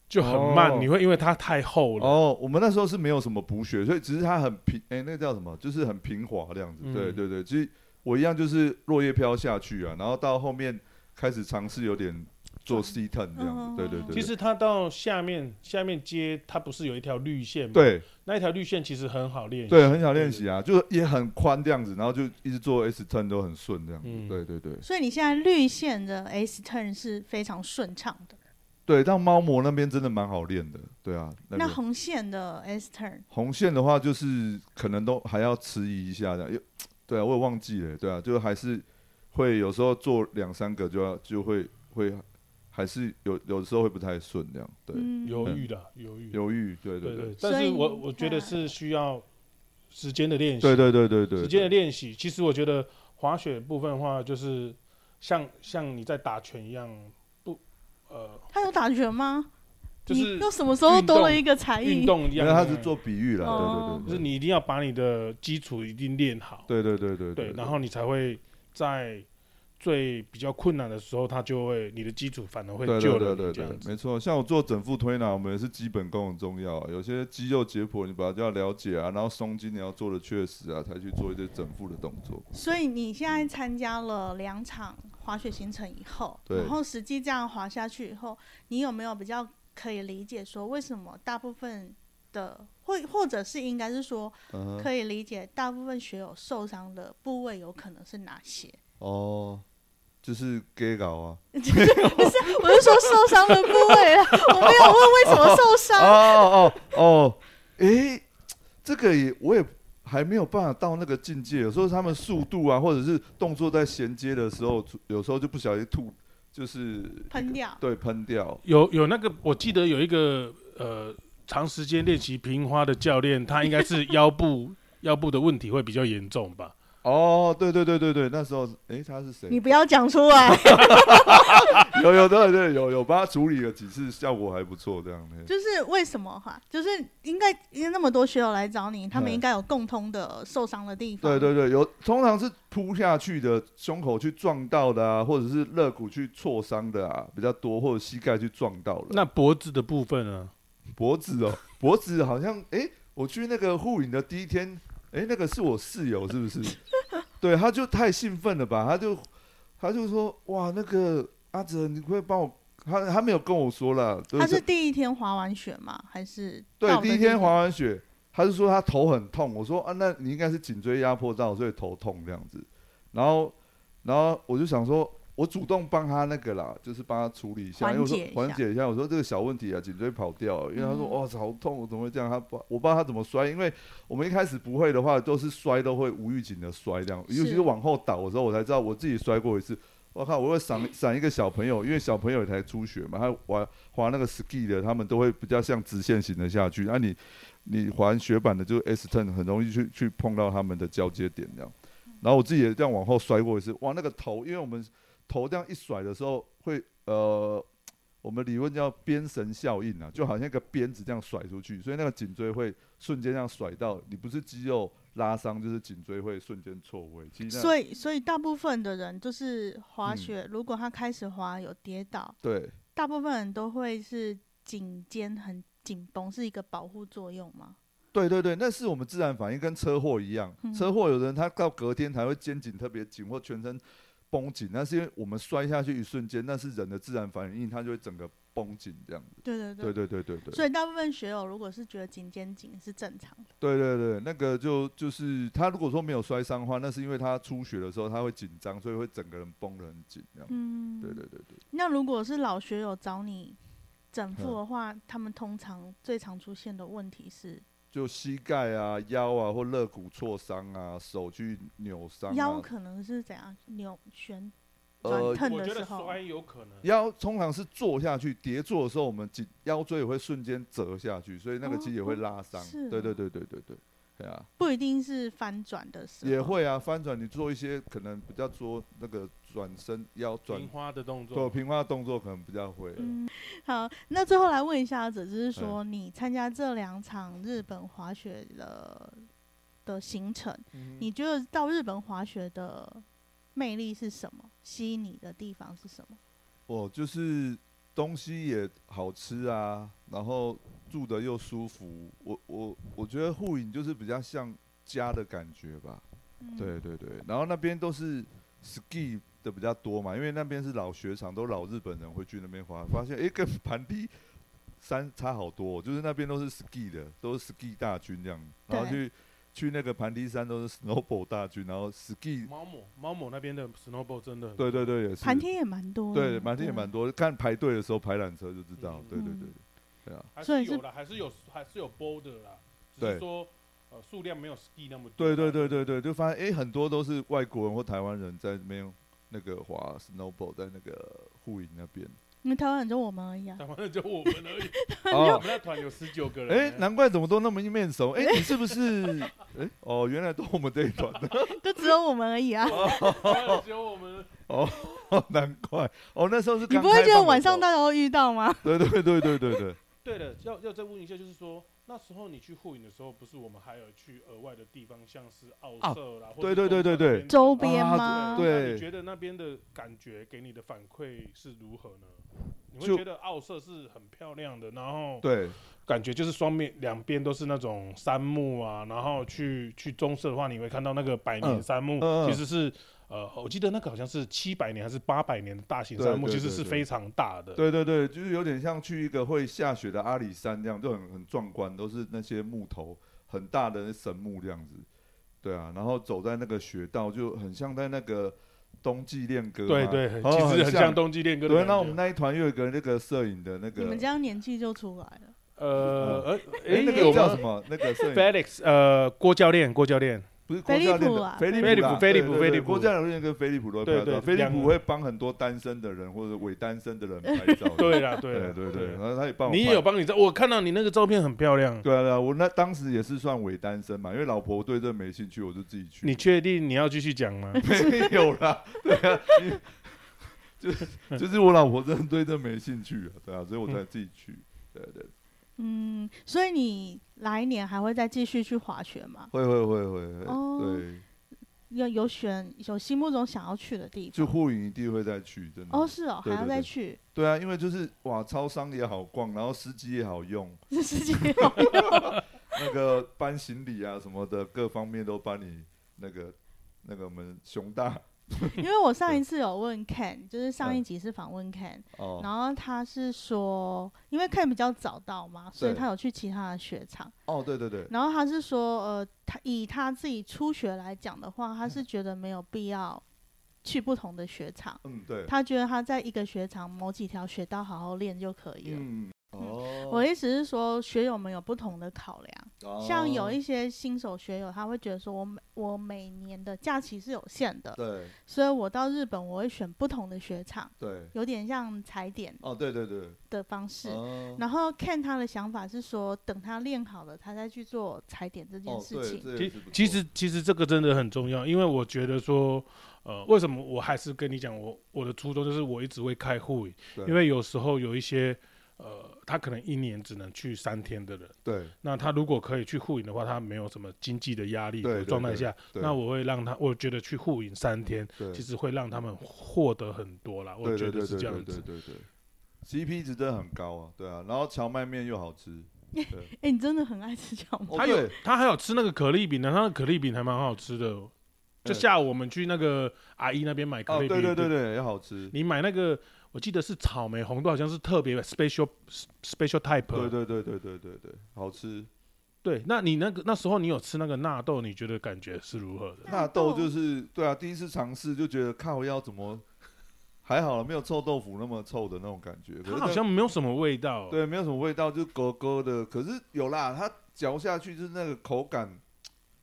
Speaker 3: 就很慢，
Speaker 2: 哦
Speaker 3: 你会因为它太厚了。
Speaker 2: 哦，我们那时候是没有什么补血，所以只是它很平，哎、那个叫什么，就是很平滑这样子。
Speaker 3: 嗯
Speaker 2: 对对对，其实我一样就是落叶飘下去啊，然后到后面开始尝试有点做 C turn 这样子。
Speaker 1: 嗯
Speaker 2: 对对对，
Speaker 3: 其实它到下面下面接，它不是有一条绿线吗？，
Speaker 2: 对
Speaker 3: 那一条绿线其实很好练习。
Speaker 2: 对很想练习啊，就是也很宽这样子，然后就一直做 S turn 都很顺这样子。
Speaker 3: 嗯
Speaker 2: 对对对
Speaker 1: 所以你现在绿线的 S turn 是非常顺畅的，
Speaker 2: 对，到猫魔那边真的蛮好练的。对啊，
Speaker 1: 那
Speaker 2: 那边
Speaker 1: 红线的 S turn
Speaker 2: 红线的话，就是可能都还要迟疑一下的，因为对啊，我也忘记了，对啊，就还是会有时候做两三个就要就会会还是有有时候会不太顺这样，对，
Speaker 1: 嗯，
Speaker 3: 犹豫的犹豫。
Speaker 2: 犹豫，对
Speaker 3: 对
Speaker 2: 对
Speaker 3: 对，但
Speaker 1: 所以
Speaker 3: 是我
Speaker 1: 你
Speaker 3: 我觉得
Speaker 1: 看
Speaker 3: 是需要时间的练习。
Speaker 2: 对对对对
Speaker 3: 时
Speaker 2: 对
Speaker 3: 间的
Speaker 2: 对，
Speaker 3: 练习，其实我觉得滑雪部分的话，就是像像你在打拳一样，不呃，
Speaker 1: 他有打拳吗？
Speaker 3: 就是
Speaker 1: 你又什么时候多了一个才
Speaker 3: 运
Speaker 1: 艺？
Speaker 3: 动一
Speaker 2: 因
Speaker 3: 样，
Speaker 2: 为他是做比喻啦
Speaker 1: 哦，
Speaker 3: 就是
Speaker 2: 对对
Speaker 3: 你一定要把你的基础一定练好，
Speaker 2: 对对对对对
Speaker 3: 对
Speaker 2: 对，，
Speaker 3: 然后你才会在最比较困难的时候，他就会你的基础反而会
Speaker 2: 对
Speaker 3: 救
Speaker 2: 对
Speaker 3: 了
Speaker 2: 对对
Speaker 3: 你这样子。
Speaker 2: 对，没错。像我做整副推拿，我们也是基本功很重要、啊，有些肌肉解剖你把它要了解啊，然后松筋你要做的确实啊，才去做一些整副的动作。
Speaker 1: 所以你现在参加了两场滑雪行程以后，
Speaker 2: 对
Speaker 1: 然后实际这样滑下去以后，你有没有比较可以理解说为什么大部分的，或或者是应该是说
Speaker 2: 嗯哼。
Speaker 1: 可以理解大部分雪友受伤的部位有可能是哪些？
Speaker 2: 哦，就是 gay 搞啊。
Speaker 1: 我是说受伤的部位啊，我没有问为什么受
Speaker 2: 哦
Speaker 1: 伤。
Speaker 2: 哦哦哦，诶，这个也我也还没有办法到那个境界。有时候他们速度啊，或者是动作在衔接的时候，有时候就不小心吐，就是
Speaker 1: 喷掉，
Speaker 2: 对喷掉。
Speaker 3: 有有那个，我记得有一个呃，长时间练习平花的教练，他应该是腰部 腰部的问题会比较严重吧？
Speaker 2: 哦，对对对对对，那时候诶，他是谁
Speaker 1: 你？不要讲出来，
Speaker 2: 有有对对有有帮他处理了几次，效果还不错，这样的。
Speaker 1: 就是为什么哈？就是应该因为那么多学友来找你，他们
Speaker 2: 嗯
Speaker 1: 应该有共通的受伤的地方。
Speaker 2: 对对对，有通常是扑下去的，胸口去撞到的啊，或者是肋骨去挫伤的啊比较多，或者膝盖去撞到啊的。
Speaker 3: 那脖子的部分呢？
Speaker 2: 脖子哦， 脖子好像诶，我去那个护影的第一天，诶，那个是我室友是 不是？对，他就太兴奋了吧，他就他就说哇，那个阿哲，你会帮我？他他没有跟我说啦，对
Speaker 1: 他是第一天滑完雪吗？还是
Speaker 2: 对
Speaker 1: 到
Speaker 2: 第
Speaker 1: 的
Speaker 2: 一天滑完雪，他就说他头很痛，我说啊，那你应该是颈椎压迫到，所以头痛这样子。然后然后我就想说。我主动帮他那个啦，就是帮他处理一下，
Speaker 1: 缓
Speaker 2: 因为我说
Speaker 1: 解一下
Speaker 2: 缓解一下。我说这个小问题啊，颈椎跑掉了，因为他说
Speaker 1: 嗯
Speaker 2: 哇好痛，我怎么会这样？他不我不知道他怎么摔，因为我们一开始不会的话，都是摔都会无预警的摔这样，
Speaker 1: 是
Speaker 2: 尤其是往后倒的时候，我才知道我自己摔过一次。我靠！我会闪闪一个小朋友，因为小朋友也才初学嘛，他滑滑那个 ski 的，他们都会比较像直线型的下去。那、你你滑雪板的，就是 S turn，很容易去去碰到他们的交接点这样。然后我自己也这样往后摔过一次，哇，那个头，因为我们头这样一甩的时候会呃，我们理论叫鞭绳效应啊，就好像一个鞭子这样甩出去，所以那个颈椎会瞬间这样甩到，你不是肌肉拉伤，就是颈椎会瞬间错位。其实那
Speaker 1: 所以，所以大部分的人就是滑雪，
Speaker 2: 嗯
Speaker 1: 如果他开始滑有跌倒，
Speaker 2: 对
Speaker 1: 大部分人都会是颈肩很紧绷，是一个保护作用吗？
Speaker 2: 对对对，那是我们自然反应，跟车祸一样。
Speaker 1: 嗯
Speaker 2: 车祸有人他到隔天才会肩颈特别紧或全身绷紧，那是因为我们摔下去一瞬间，那是人的自然反应，他就会整个绷紧这样子。
Speaker 1: 对对对。
Speaker 2: 对对对对对。
Speaker 1: 所以大部分学友如果是觉得颈肩紧是正常的，
Speaker 2: 对对对，那个就就是他如果说没有摔伤的话，那是因为他初学的时候他会紧张，所以会整个人绷得很紧这样。
Speaker 1: 嗯，
Speaker 2: 对对。对对，
Speaker 1: 那如果是老学友找你整复的话，他们通常最常出现的问题是
Speaker 2: 就膝盖啊、腰啊或肋骨挫伤啊、手去扭伤、啊，
Speaker 1: 腰可能是怎样扭旋转
Speaker 2: 呃，
Speaker 1: 腾
Speaker 3: 我
Speaker 1: 的
Speaker 3: 觉
Speaker 1: 时
Speaker 3: 得
Speaker 1: 候，
Speaker 3: 摔有可能。
Speaker 2: 腰通常是坐下去叠坐的时候，我们颈腰椎也会瞬间折下去，所以那个肌也会拉伤。
Speaker 1: 哦是哦
Speaker 2: 对对对对对对，对啊，
Speaker 1: 不一定是哦翻转的时候，
Speaker 2: 也会啊，翻转你做一些可能比较做那个转身腰转
Speaker 3: 樱花的动
Speaker 2: 做
Speaker 3: 作，
Speaker 2: 平花动作可能比较会。
Speaker 1: 嗯，好，那最后来问一下，只是说
Speaker 2: 嗯
Speaker 1: 你参加这两场日本滑雪的的行程，
Speaker 3: 嗯
Speaker 1: 你觉得到日本滑雪的魅力是什么？吸引你的地方是什么？
Speaker 2: 哦，就是东西也好吃啊，然后住的又舒服。我我我觉得护影就是比较像家的感觉吧。
Speaker 1: 嗯
Speaker 2: 对，对对，然后那边都是 ski 的比较多嘛，因为那边是老雪场，都老日本人会去那边滑，发现诶，跟 盘地山差好多哦、就是那边都是 ski 的，都是 ski 大军这样，然后
Speaker 1: 对
Speaker 2: 去去那个盘地山都是 snowboard 大军，然后 ski，
Speaker 3: 猫某猫某那边的 snowball 真的很
Speaker 2: 对对对，也是，
Speaker 1: 盘天也蛮多的，
Speaker 2: 对，盘天也蛮多，看排队的时候排缆车就知道，对对对
Speaker 1: 嗯，
Speaker 2: 对啊，
Speaker 3: 还
Speaker 1: 所以
Speaker 3: 是
Speaker 1: 是
Speaker 3: 有的，还是有还是有 boulder 啦，只
Speaker 2: 对
Speaker 3: 是说呃数量没有 ski 那么多。
Speaker 2: 对对对对对，就发现诶，很多都是外国人或台湾人在那边那个滑 snowboard 在那个护影那 边。
Speaker 1: 你们台湾人就我们而已啊
Speaker 3: 台，湾人就我们而已，
Speaker 2: 哦
Speaker 3: 我们那团有十九个
Speaker 2: 哎、
Speaker 3: 人。欸
Speaker 2: 难怪怎么都那么面熟。哎、你是 不是？哎、哦，原来都我们这一团的
Speaker 1: 就只有我们而已啊。
Speaker 3: 那只有我们
Speaker 2: 哦，难怪。哦，那时候是
Speaker 1: 你
Speaker 2: 刚
Speaker 1: 不会
Speaker 2: 开
Speaker 1: 觉得
Speaker 2: 放的
Speaker 1: 晚
Speaker 2: 时候
Speaker 1: 上大家会遇到吗？
Speaker 2: 对对对对对对，
Speaker 3: 对了，要要再问一下，就是说那时候你去护影的时候，不是我们还有去额外的地方，像是奥色啦，或者
Speaker 2: 啊对对对对对
Speaker 1: 周边
Speaker 2: 啊
Speaker 1: 吗？
Speaker 2: 对
Speaker 3: 那你觉得那边的感觉给你的反馈是如何呢？你会
Speaker 2: 就
Speaker 3: 觉得奥色是很漂亮的，然后
Speaker 2: 对
Speaker 3: 感觉就是双面两边都是那种杉木啊，然后去去棕色的话，你会看到那个百年杉木、
Speaker 2: 嗯嗯嗯
Speaker 3: 其实是呃，我记得那个好像是七百年还是八百年的大型
Speaker 2: 对
Speaker 3: 杉木，
Speaker 2: 对
Speaker 3: 其实是
Speaker 2: 对对
Speaker 3: 非常大的。
Speaker 2: 对对对，就是有点像去一个会下雪的阿里山这样，就很很壮观，都是那些木头很大的神木这样子。对啊，然后走在那个雪道，就很像在那个冬季恋歌嘛。
Speaker 3: 对对很
Speaker 2: 然后
Speaker 3: 其实很像
Speaker 2: 哦像。
Speaker 3: 冬季恋歌的
Speaker 2: 对，
Speaker 3: 感觉。
Speaker 2: 那我们那一团又有一个那个摄影的那个，
Speaker 1: 你们这样年纪就出来了，
Speaker 3: 呃呃，
Speaker 2: 哎、
Speaker 3: 诶
Speaker 2: 那
Speaker 3: 有
Speaker 2: 个
Speaker 3: 吗
Speaker 2: 叫什么？那个摄影
Speaker 3: Felix，呃，郭教练，郭教练，
Speaker 2: 不是
Speaker 1: 菲
Speaker 2: 郭
Speaker 1: 利
Speaker 2: 教练
Speaker 1: 普
Speaker 2: 的
Speaker 1: 啊
Speaker 2: 菲利
Speaker 3: 菲利
Speaker 2: 普啦
Speaker 3: 普菲利普
Speaker 2: 对对
Speaker 3: 菲利
Speaker 2: 对
Speaker 3: 普
Speaker 2: 郭教练跟菲利普都会
Speaker 3: 对
Speaker 2: 拍照，
Speaker 3: 对
Speaker 2: 菲利
Speaker 3: 两
Speaker 2: 普
Speaker 3: 个
Speaker 2: 会帮很多单身的人或者伪单身的人拍 照。
Speaker 3: 对啦，
Speaker 2: 对
Speaker 3: 对
Speaker 2: 对对，然后他也帮我拍。
Speaker 3: 你也有帮你照，我看到你那个照片很漂亮。
Speaker 2: 对啊对啊，我那当时也是算伪单身嘛，因为老婆对这没兴趣，我就自己去。
Speaker 3: 你确定你要继续讲 吗？
Speaker 2: 没有啦，对啊，你 就是就是我老婆真的对这没兴趣啊，对啊，所以我才自己去。对对，
Speaker 1: 嗯，所以你来年还会再继续去滑雪吗？
Speaker 2: 会会会会，
Speaker 1: 哦
Speaker 2: 对，
Speaker 1: 有有选有心目中想要去的地
Speaker 2: 就
Speaker 1: 方？
Speaker 2: 护影一定会再去，真的。
Speaker 1: 哦，是哦，还
Speaker 2: 对
Speaker 1: 要
Speaker 2: 对
Speaker 1: 再
Speaker 2: 对
Speaker 1: 去，
Speaker 2: 对啊，因为就是哇，超商也好逛，然后司机也好用，
Speaker 1: 是世界
Speaker 2: 那个搬行李啊什么的，各方面都帮你那个那个我们熊大
Speaker 1: 因为我上一次有问 Ken，就是上一集是访问 Ken，、
Speaker 2: 嗯哦
Speaker 1: 然后他是说，因为 Ken 比较早到嘛，所以他有去其他的雪场。
Speaker 2: 哦，对对对，
Speaker 1: 然后他是说，呃，他以他自己初学来讲的话，
Speaker 2: 嗯
Speaker 1: 他是觉得没有必要去不同的雪场，
Speaker 2: 嗯对，
Speaker 1: 他觉得他在一个雪场某几条雪道好好练就可以了。
Speaker 2: 嗯哦，
Speaker 1: 我的意思是说，学友们有不同的考量。
Speaker 2: 哦
Speaker 1: 像有一些新手学友，他会觉得说我每我每年的假期是有限的，
Speaker 2: 对
Speaker 1: 所以我到日本我会选不同的雪场，
Speaker 2: 对
Speaker 1: 有点像踩点
Speaker 2: 哦对对对
Speaker 1: 的方式。
Speaker 2: 哦
Speaker 1: 然后看他的想法是说，等他练好了，他再去做踩点这件
Speaker 2: 哦
Speaker 1: 事
Speaker 2: 对，
Speaker 1: 情。
Speaker 2: 这也
Speaker 3: 其
Speaker 2: 是不错
Speaker 3: 其实其实这个真的很重要，因为我觉得说，呃，为什么我还是跟你讲，我我的初衷就是我一直会开户，
Speaker 2: 对
Speaker 3: 因为有时候有一些呃，他可能一年只能去三天的人，
Speaker 2: 对
Speaker 3: 那他如果可以去护影的话，他没有什么经济的压力
Speaker 2: 对
Speaker 3: 的状态下，
Speaker 2: 对
Speaker 3: 那我会让他，我觉得去护影三天，
Speaker 2: 对
Speaker 3: 其实会让他们获得很多啦，我
Speaker 2: 对
Speaker 3: 觉
Speaker 2: 对对
Speaker 3: 得是
Speaker 2: 对
Speaker 3: 这
Speaker 2: 对
Speaker 3: 样
Speaker 2: 对
Speaker 3: 子。
Speaker 2: 对对，CP 值真的很高啊，对啊，然后荞麦面又好吃，
Speaker 1: 哎、你真的很爱吃荞麦，
Speaker 2: 哦
Speaker 3: 他有
Speaker 2: 对
Speaker 3: 他还有吃那个可丽饼呢，他的可丽饼还蛮好吃的。哦就
Speaker 2: 嗯
Speaker 3: 下午我们去那个阿姨那边买可
Speaker 2: 哦
Speaker 3: 丽饼，
Speaker 2: 对对对对也好吃，
Speaker 3: 你买那个，我记得是草莓红豆，好像是特别 special special type。
Speaker 2: 对对对对对对对，好吃。
Speaker 3: 对那你那个那时候你有吃那个纳豆，你觉得感觉是如何的？
Speaker 1: 纳
Speaker 2: 纳
Speaker 1: 豆
Speaker 2: 豆就是对啊，第一次尝试就觉得靠腰怎么还好了，没有臭豆腐那么臭的那种感觉。可
Speaker 3: 它
Speaker 2: 是
Speaker 3: 好像没有什么味道。哦
Speaker 2: 对，没有什么味道，就勾勾的。可是有啦，它嚼下去就是那个口感，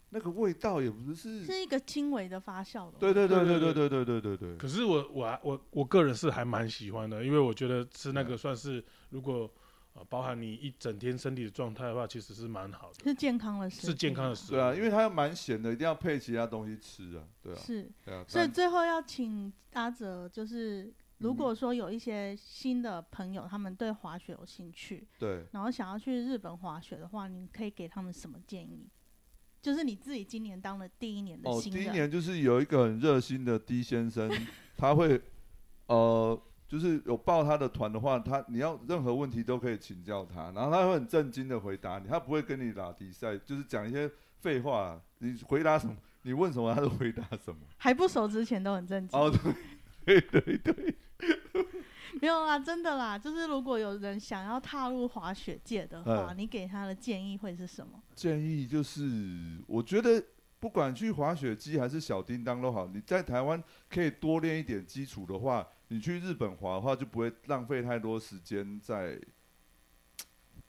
Speaker 2: 那个味道也不是，
Speaker 1: 是一个轻微的发酵的。
Speaker 2: 对对对对
Speaker 3: 对
Speaker 2: 对
Speaker 3: 对
Speaker 2: 对对对对对，
Speaker 3: 可是我我我我个人是还蛮喜欢的，因为我觉得吃那个
Speaker 2: 嗯
Speaker 3: 算是如果呃包含你一整天身体的状态的话，其实是蛮好的，
Speaker 1: 是健康的事，
Speaker 3: 是健康的食物。
Speaker 2: 对啊，因为它蛮咸的，一定要配其他东西吃啊，对啊，
Speaker 1: 是，
Speaker 2: 对啊，
Speaker 1: 所以
Speaker 2: 但嗯
Speaker 1: 最后要请阿哲，就是如果说有一些新的朋友，他们对滑雪有兴趣，
Speaker 2: 对
Speaker 1: 然后想要去日本滑雪的话，你可以给他们什么建议？就是你自己今年当了第一年的
Speaker 2: 哦，
Speaker 1: 新
Speaker 2: 第
Speaker 1: 人，
Speaker 2: 一年就是有一个很热心的 D 先生，他会呃，就是有报他的团的话，他你要任何问题都可以请教他，然后他会很震惊的回答你，他不会跟你打比赛，就是讲一些废话啊，你回答什么，你问什么他就回答什么。
Speaker 1: 还不熟之前都很震惊。
Speaker 2: 哦，对对对对，
Speaker 1: 没有啦，真的啦，就是如果有人想要踏入滑雪界的话，
Speaker 2: 嗯
Speaker 1: 你给他的建议会是什么？
Speaker 2: 建议就是，我觉得不管去滑雪机还是小叮当都好，你在台湾可以多练一点基础的话，你去日本滑的话就不会浪费太多时间在，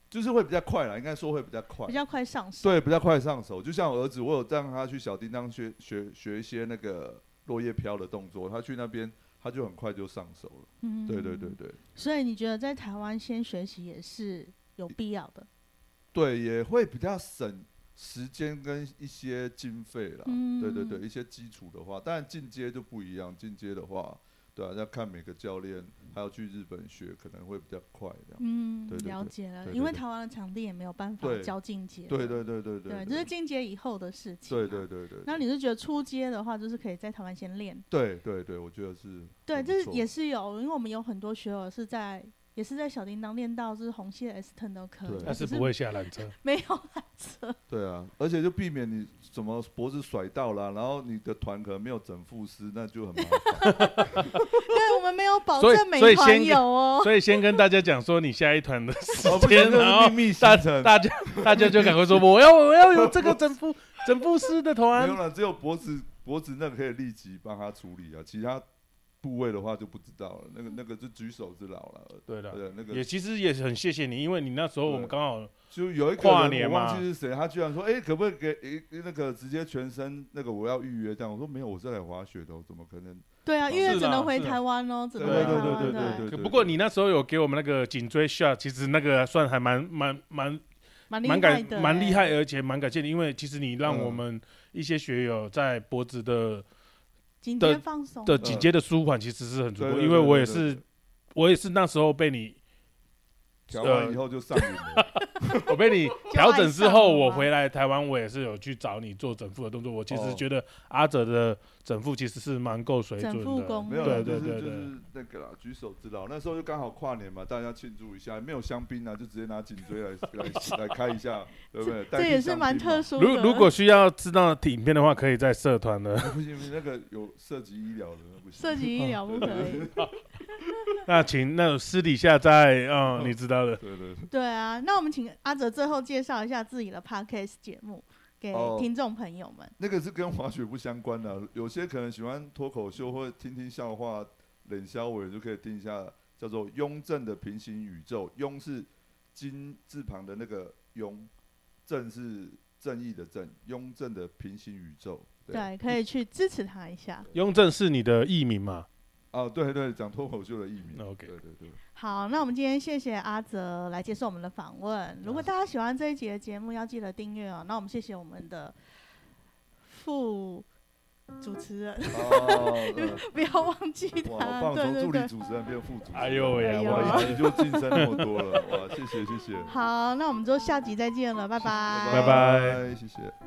Speaker 2: 就是会比较快啦，应该说会比较快
Speaker 1: 比。较快上手，
Speaker 2: 对，比较快上手。就像我儿子，我有让他去小叮当学学学一些那个落叶飘的动作，他去那边他就很快就上手了。
Speaker 1: 嗯
Speaker 2: 对对对。对
Speaker 1: 所以你觉得在台湾先学习也是有必要的？
Speaker 2: 对，也会比较省时间跟一些经费啦。
Speaker 1: 嗯
Speaker 2: 对对对，一些基础的话，当然进阶就不一样。进阶的话，对啊，要看每个教练，还有去日本学，可能会比较快这样。
Speaker 1: 嗯，
Speaker 2: 对对对
Speaker 1: 了解了，
Speaker 2: 对对对
Speaker 1: 因为台湾的场地也没有办法
Speaker 2: 对
Speaker 1: 教进阶，
Speaker 2: 对对对
Speaker 1: 对，
Speaker 2: 对对，
Speaker 1: 这是进阶以后的事情、啊
Speaker 2: 对对。对对，
Speaker 1: 那你是觉得初阶的话，就是可以在台湾先练？
Speaker 2: 对对对，我觉得是
Speaker 1: 对，
Speaker 2: 很不
Speaker 1: 这是
Speaker 2: 错
Speaker 1: 也是有，因为我们有很多学友是在也是在小叮当练到就是红线 S turn 都可以
Speaker 2: 对，
Speaker 3: 但是不会下缆车，
Speaker 1: 没有缆车。
Speaker 2: 对啊，而且就避免你什么脖子甩到啦，然后你的团可能没有整副师，那就很麻烦。
Speaker 1: 对，我们没有保
Speaker 3: 所以
Speaker 1: 证每
Speaker 3: 所以
Speaker 1: 团
Speaker 3: 先
Speaker 1: 有哦。
Speaker 3: 所以先跟大家讲说你下一团的时
Speaker 2: 哦不行
Speaker 3: 间，
Speaker 2: 这是
Speaker 3: 然后
Speaker 2: 秘密
Speaker 3: 大
Speaker 2: 行程
Speaker 3: 大家大家就赶快说我要我要有这个整副整副师的
Speaker 2: 没
Speaker 3: 团
Speaker 2: 有，了，只有脖
Speaker 3: 嗯
Speaker 2: 子脖子那个可以立即帮他处理啊，其他部位的话就不知道了。那个那个就举手之劳了。
Speaker 3: 嗯对的
Speaker 2: 对，那个
Speaker 3: 也其实也很谢谢你，因为你那时候我们
Speaker 2: 对
Speaker 3: 刚好
Speaker 2: 就有一个
Speaker 3: 跨
Speaker 2: 人
Speaker 3: 年
Speaker 2: 我
Speaker 3: 嘛
Speaker 2: 忘记是谁，他居然说：“哎、可不可以给、诶那个直接全身那个我要预约这样？”我说：“没有，我是来滑雪的，我怎么可能
Speaker 1: 对啊，因
Speaker 3: 哦是
Speaker 1: 为
Speaker 3: 啦
Speaker 1: 只能回
Speaker 3: 是啦
Speaker 1: 台湾哦，只能
Speaker 2: 对
Speaker 1: 回台
Speaker 2: 对
Speaker 1: 湾。
Speaker 2: 对对对对
Speaker 3: 可不过你那时候有给我们那个颈椎 shot，其实那个算还蛮蛮蛮
Speaker 1: 啊蛮厉
Speaker 3: 蛮
Speaker 1: 害
Speaker 3: 感
Speaker 1: 的，欸
Speaker 3: 蛮厉害，。而且蛮感谢你，因为其实你让
Speaker 2: 嗯
Speaker 3: 我们一些学友在脖子的
Speaker 1: 紧
Speaker 3: 的
Speaker 1: 接放松
Speaker 3: 的紧接的舒缓其实是很足
Speaker 2: 对嗯
Speaker 3: 够，
Speaker 2: 对
Speaker 3: 因为
Speaker 2: 对
Speaker 3: 我
Speaker 2: 对
Speaker 3: 也
Speaker 2: 对
Speaker 3: 是我也是那时候被你
Speaker 2: 调完以后就上瘾了？
Speaker 3: 我 被你
Speaker 1: 爱
Speaker 3: 调整之
Speaker 1: 上
Speaker 3: 后，
Speaker 1: 了
Speaker 3: 我
Speaker 1: 吗
Speaker 3: 回来台湾，我也是有去找你做整副的动作。我其实
Speaker 2: 哦
Speaker 3: 觉得阿哲的整副其实是蛮够水准
Speaker 1: 整副
Speaker 3: 的
Speaker 1: 功，
Speaker 2: 没有啦，
Speaker 3: 对呃对
Speaker 2: 就是
Speaker 3: 对
Speaker 2: 就
Speaker 3: 对
Speaker 2: 是那个啦，举手之劳。那时候就刚好跨年嘛，大家庆祝一下，没有香槟啊，就直接拿颈椎来 来来开一下，对不对？代
Speaker 1: 这
Speaker 2: 替
Speaker 1: 也是
Speaker 2: 香
Speaker 1: 蛮
Speaker 2: 槟
Speaker 1: 特
Speaker 2: 嘛
Speaker 1: 殊
Speaker 3: 如
Speaker 1: 的。
Speaker 3: 如果需要知道影片的话，可以在社 团的。
Speaker 2: 不行，不行，那个有涉及医疗的，那不行。
Speaker 1: 涉及医疗
Speaker 3: 哦
Speaker 1: 不可以。
Speaker 3: 那请那私底下再嗯，你知道 的。
Speaker 2: 对对对，
Speaker 1: 对啊，那我们请阿哲最后介绍一下自己的 podcast 节目给
Speaker 2: 哦
Speaker 1: 听众朋友们。
Speaker 2: 那个是跟滑雪不相关的啊、有些可能喜欢脱口秀或者听听笑话、冷笑话，就可以听一下，叫做《雍正的平行宇宙》。雍是金字旁的那个雍，正是正义的正，雍正的平行宇宙。
Speaker 1: 对，可以去支持他一下。
Speaker 3: 雍正是你的艺名嘛
Speaker 2: 哦，对对，讲脱口秀的艺名。
Speaker 3: ？OK，
Speaker 2: 对对对，
Speaker 1: 好，那我们今天谢谢阿泽来接受我们的访问。如果大家喜欢这一集的节目，要记得订阅哦。那我们谢谢我们的副主持人，
Speaker 2: 哦，
Speaker 1: 不要忘记
Speaker 2: 呃哇，好
Speaker 1: 他。
Speaker 2: 棒！
Speaker 1: 对
Speaker 2: 从
Speaker 1: 对
Speaker 2: 助理
Speaker 1: 对。
Speaker 2: 主持人变副主持人，
Speaker 3: 哎呦喂
Speaker 1: 哎
Speaker 3: 呀，
Speaker 1: 呦
Speaker 3: 我
Speaker 2: 哇，一集就晋升那么多了，哇，谢谢谢谢，
Speaker 1: 好，那我们就下集再见了，拜拜。
Speaker 3: 拜拜
Speaker 2: 谢谢。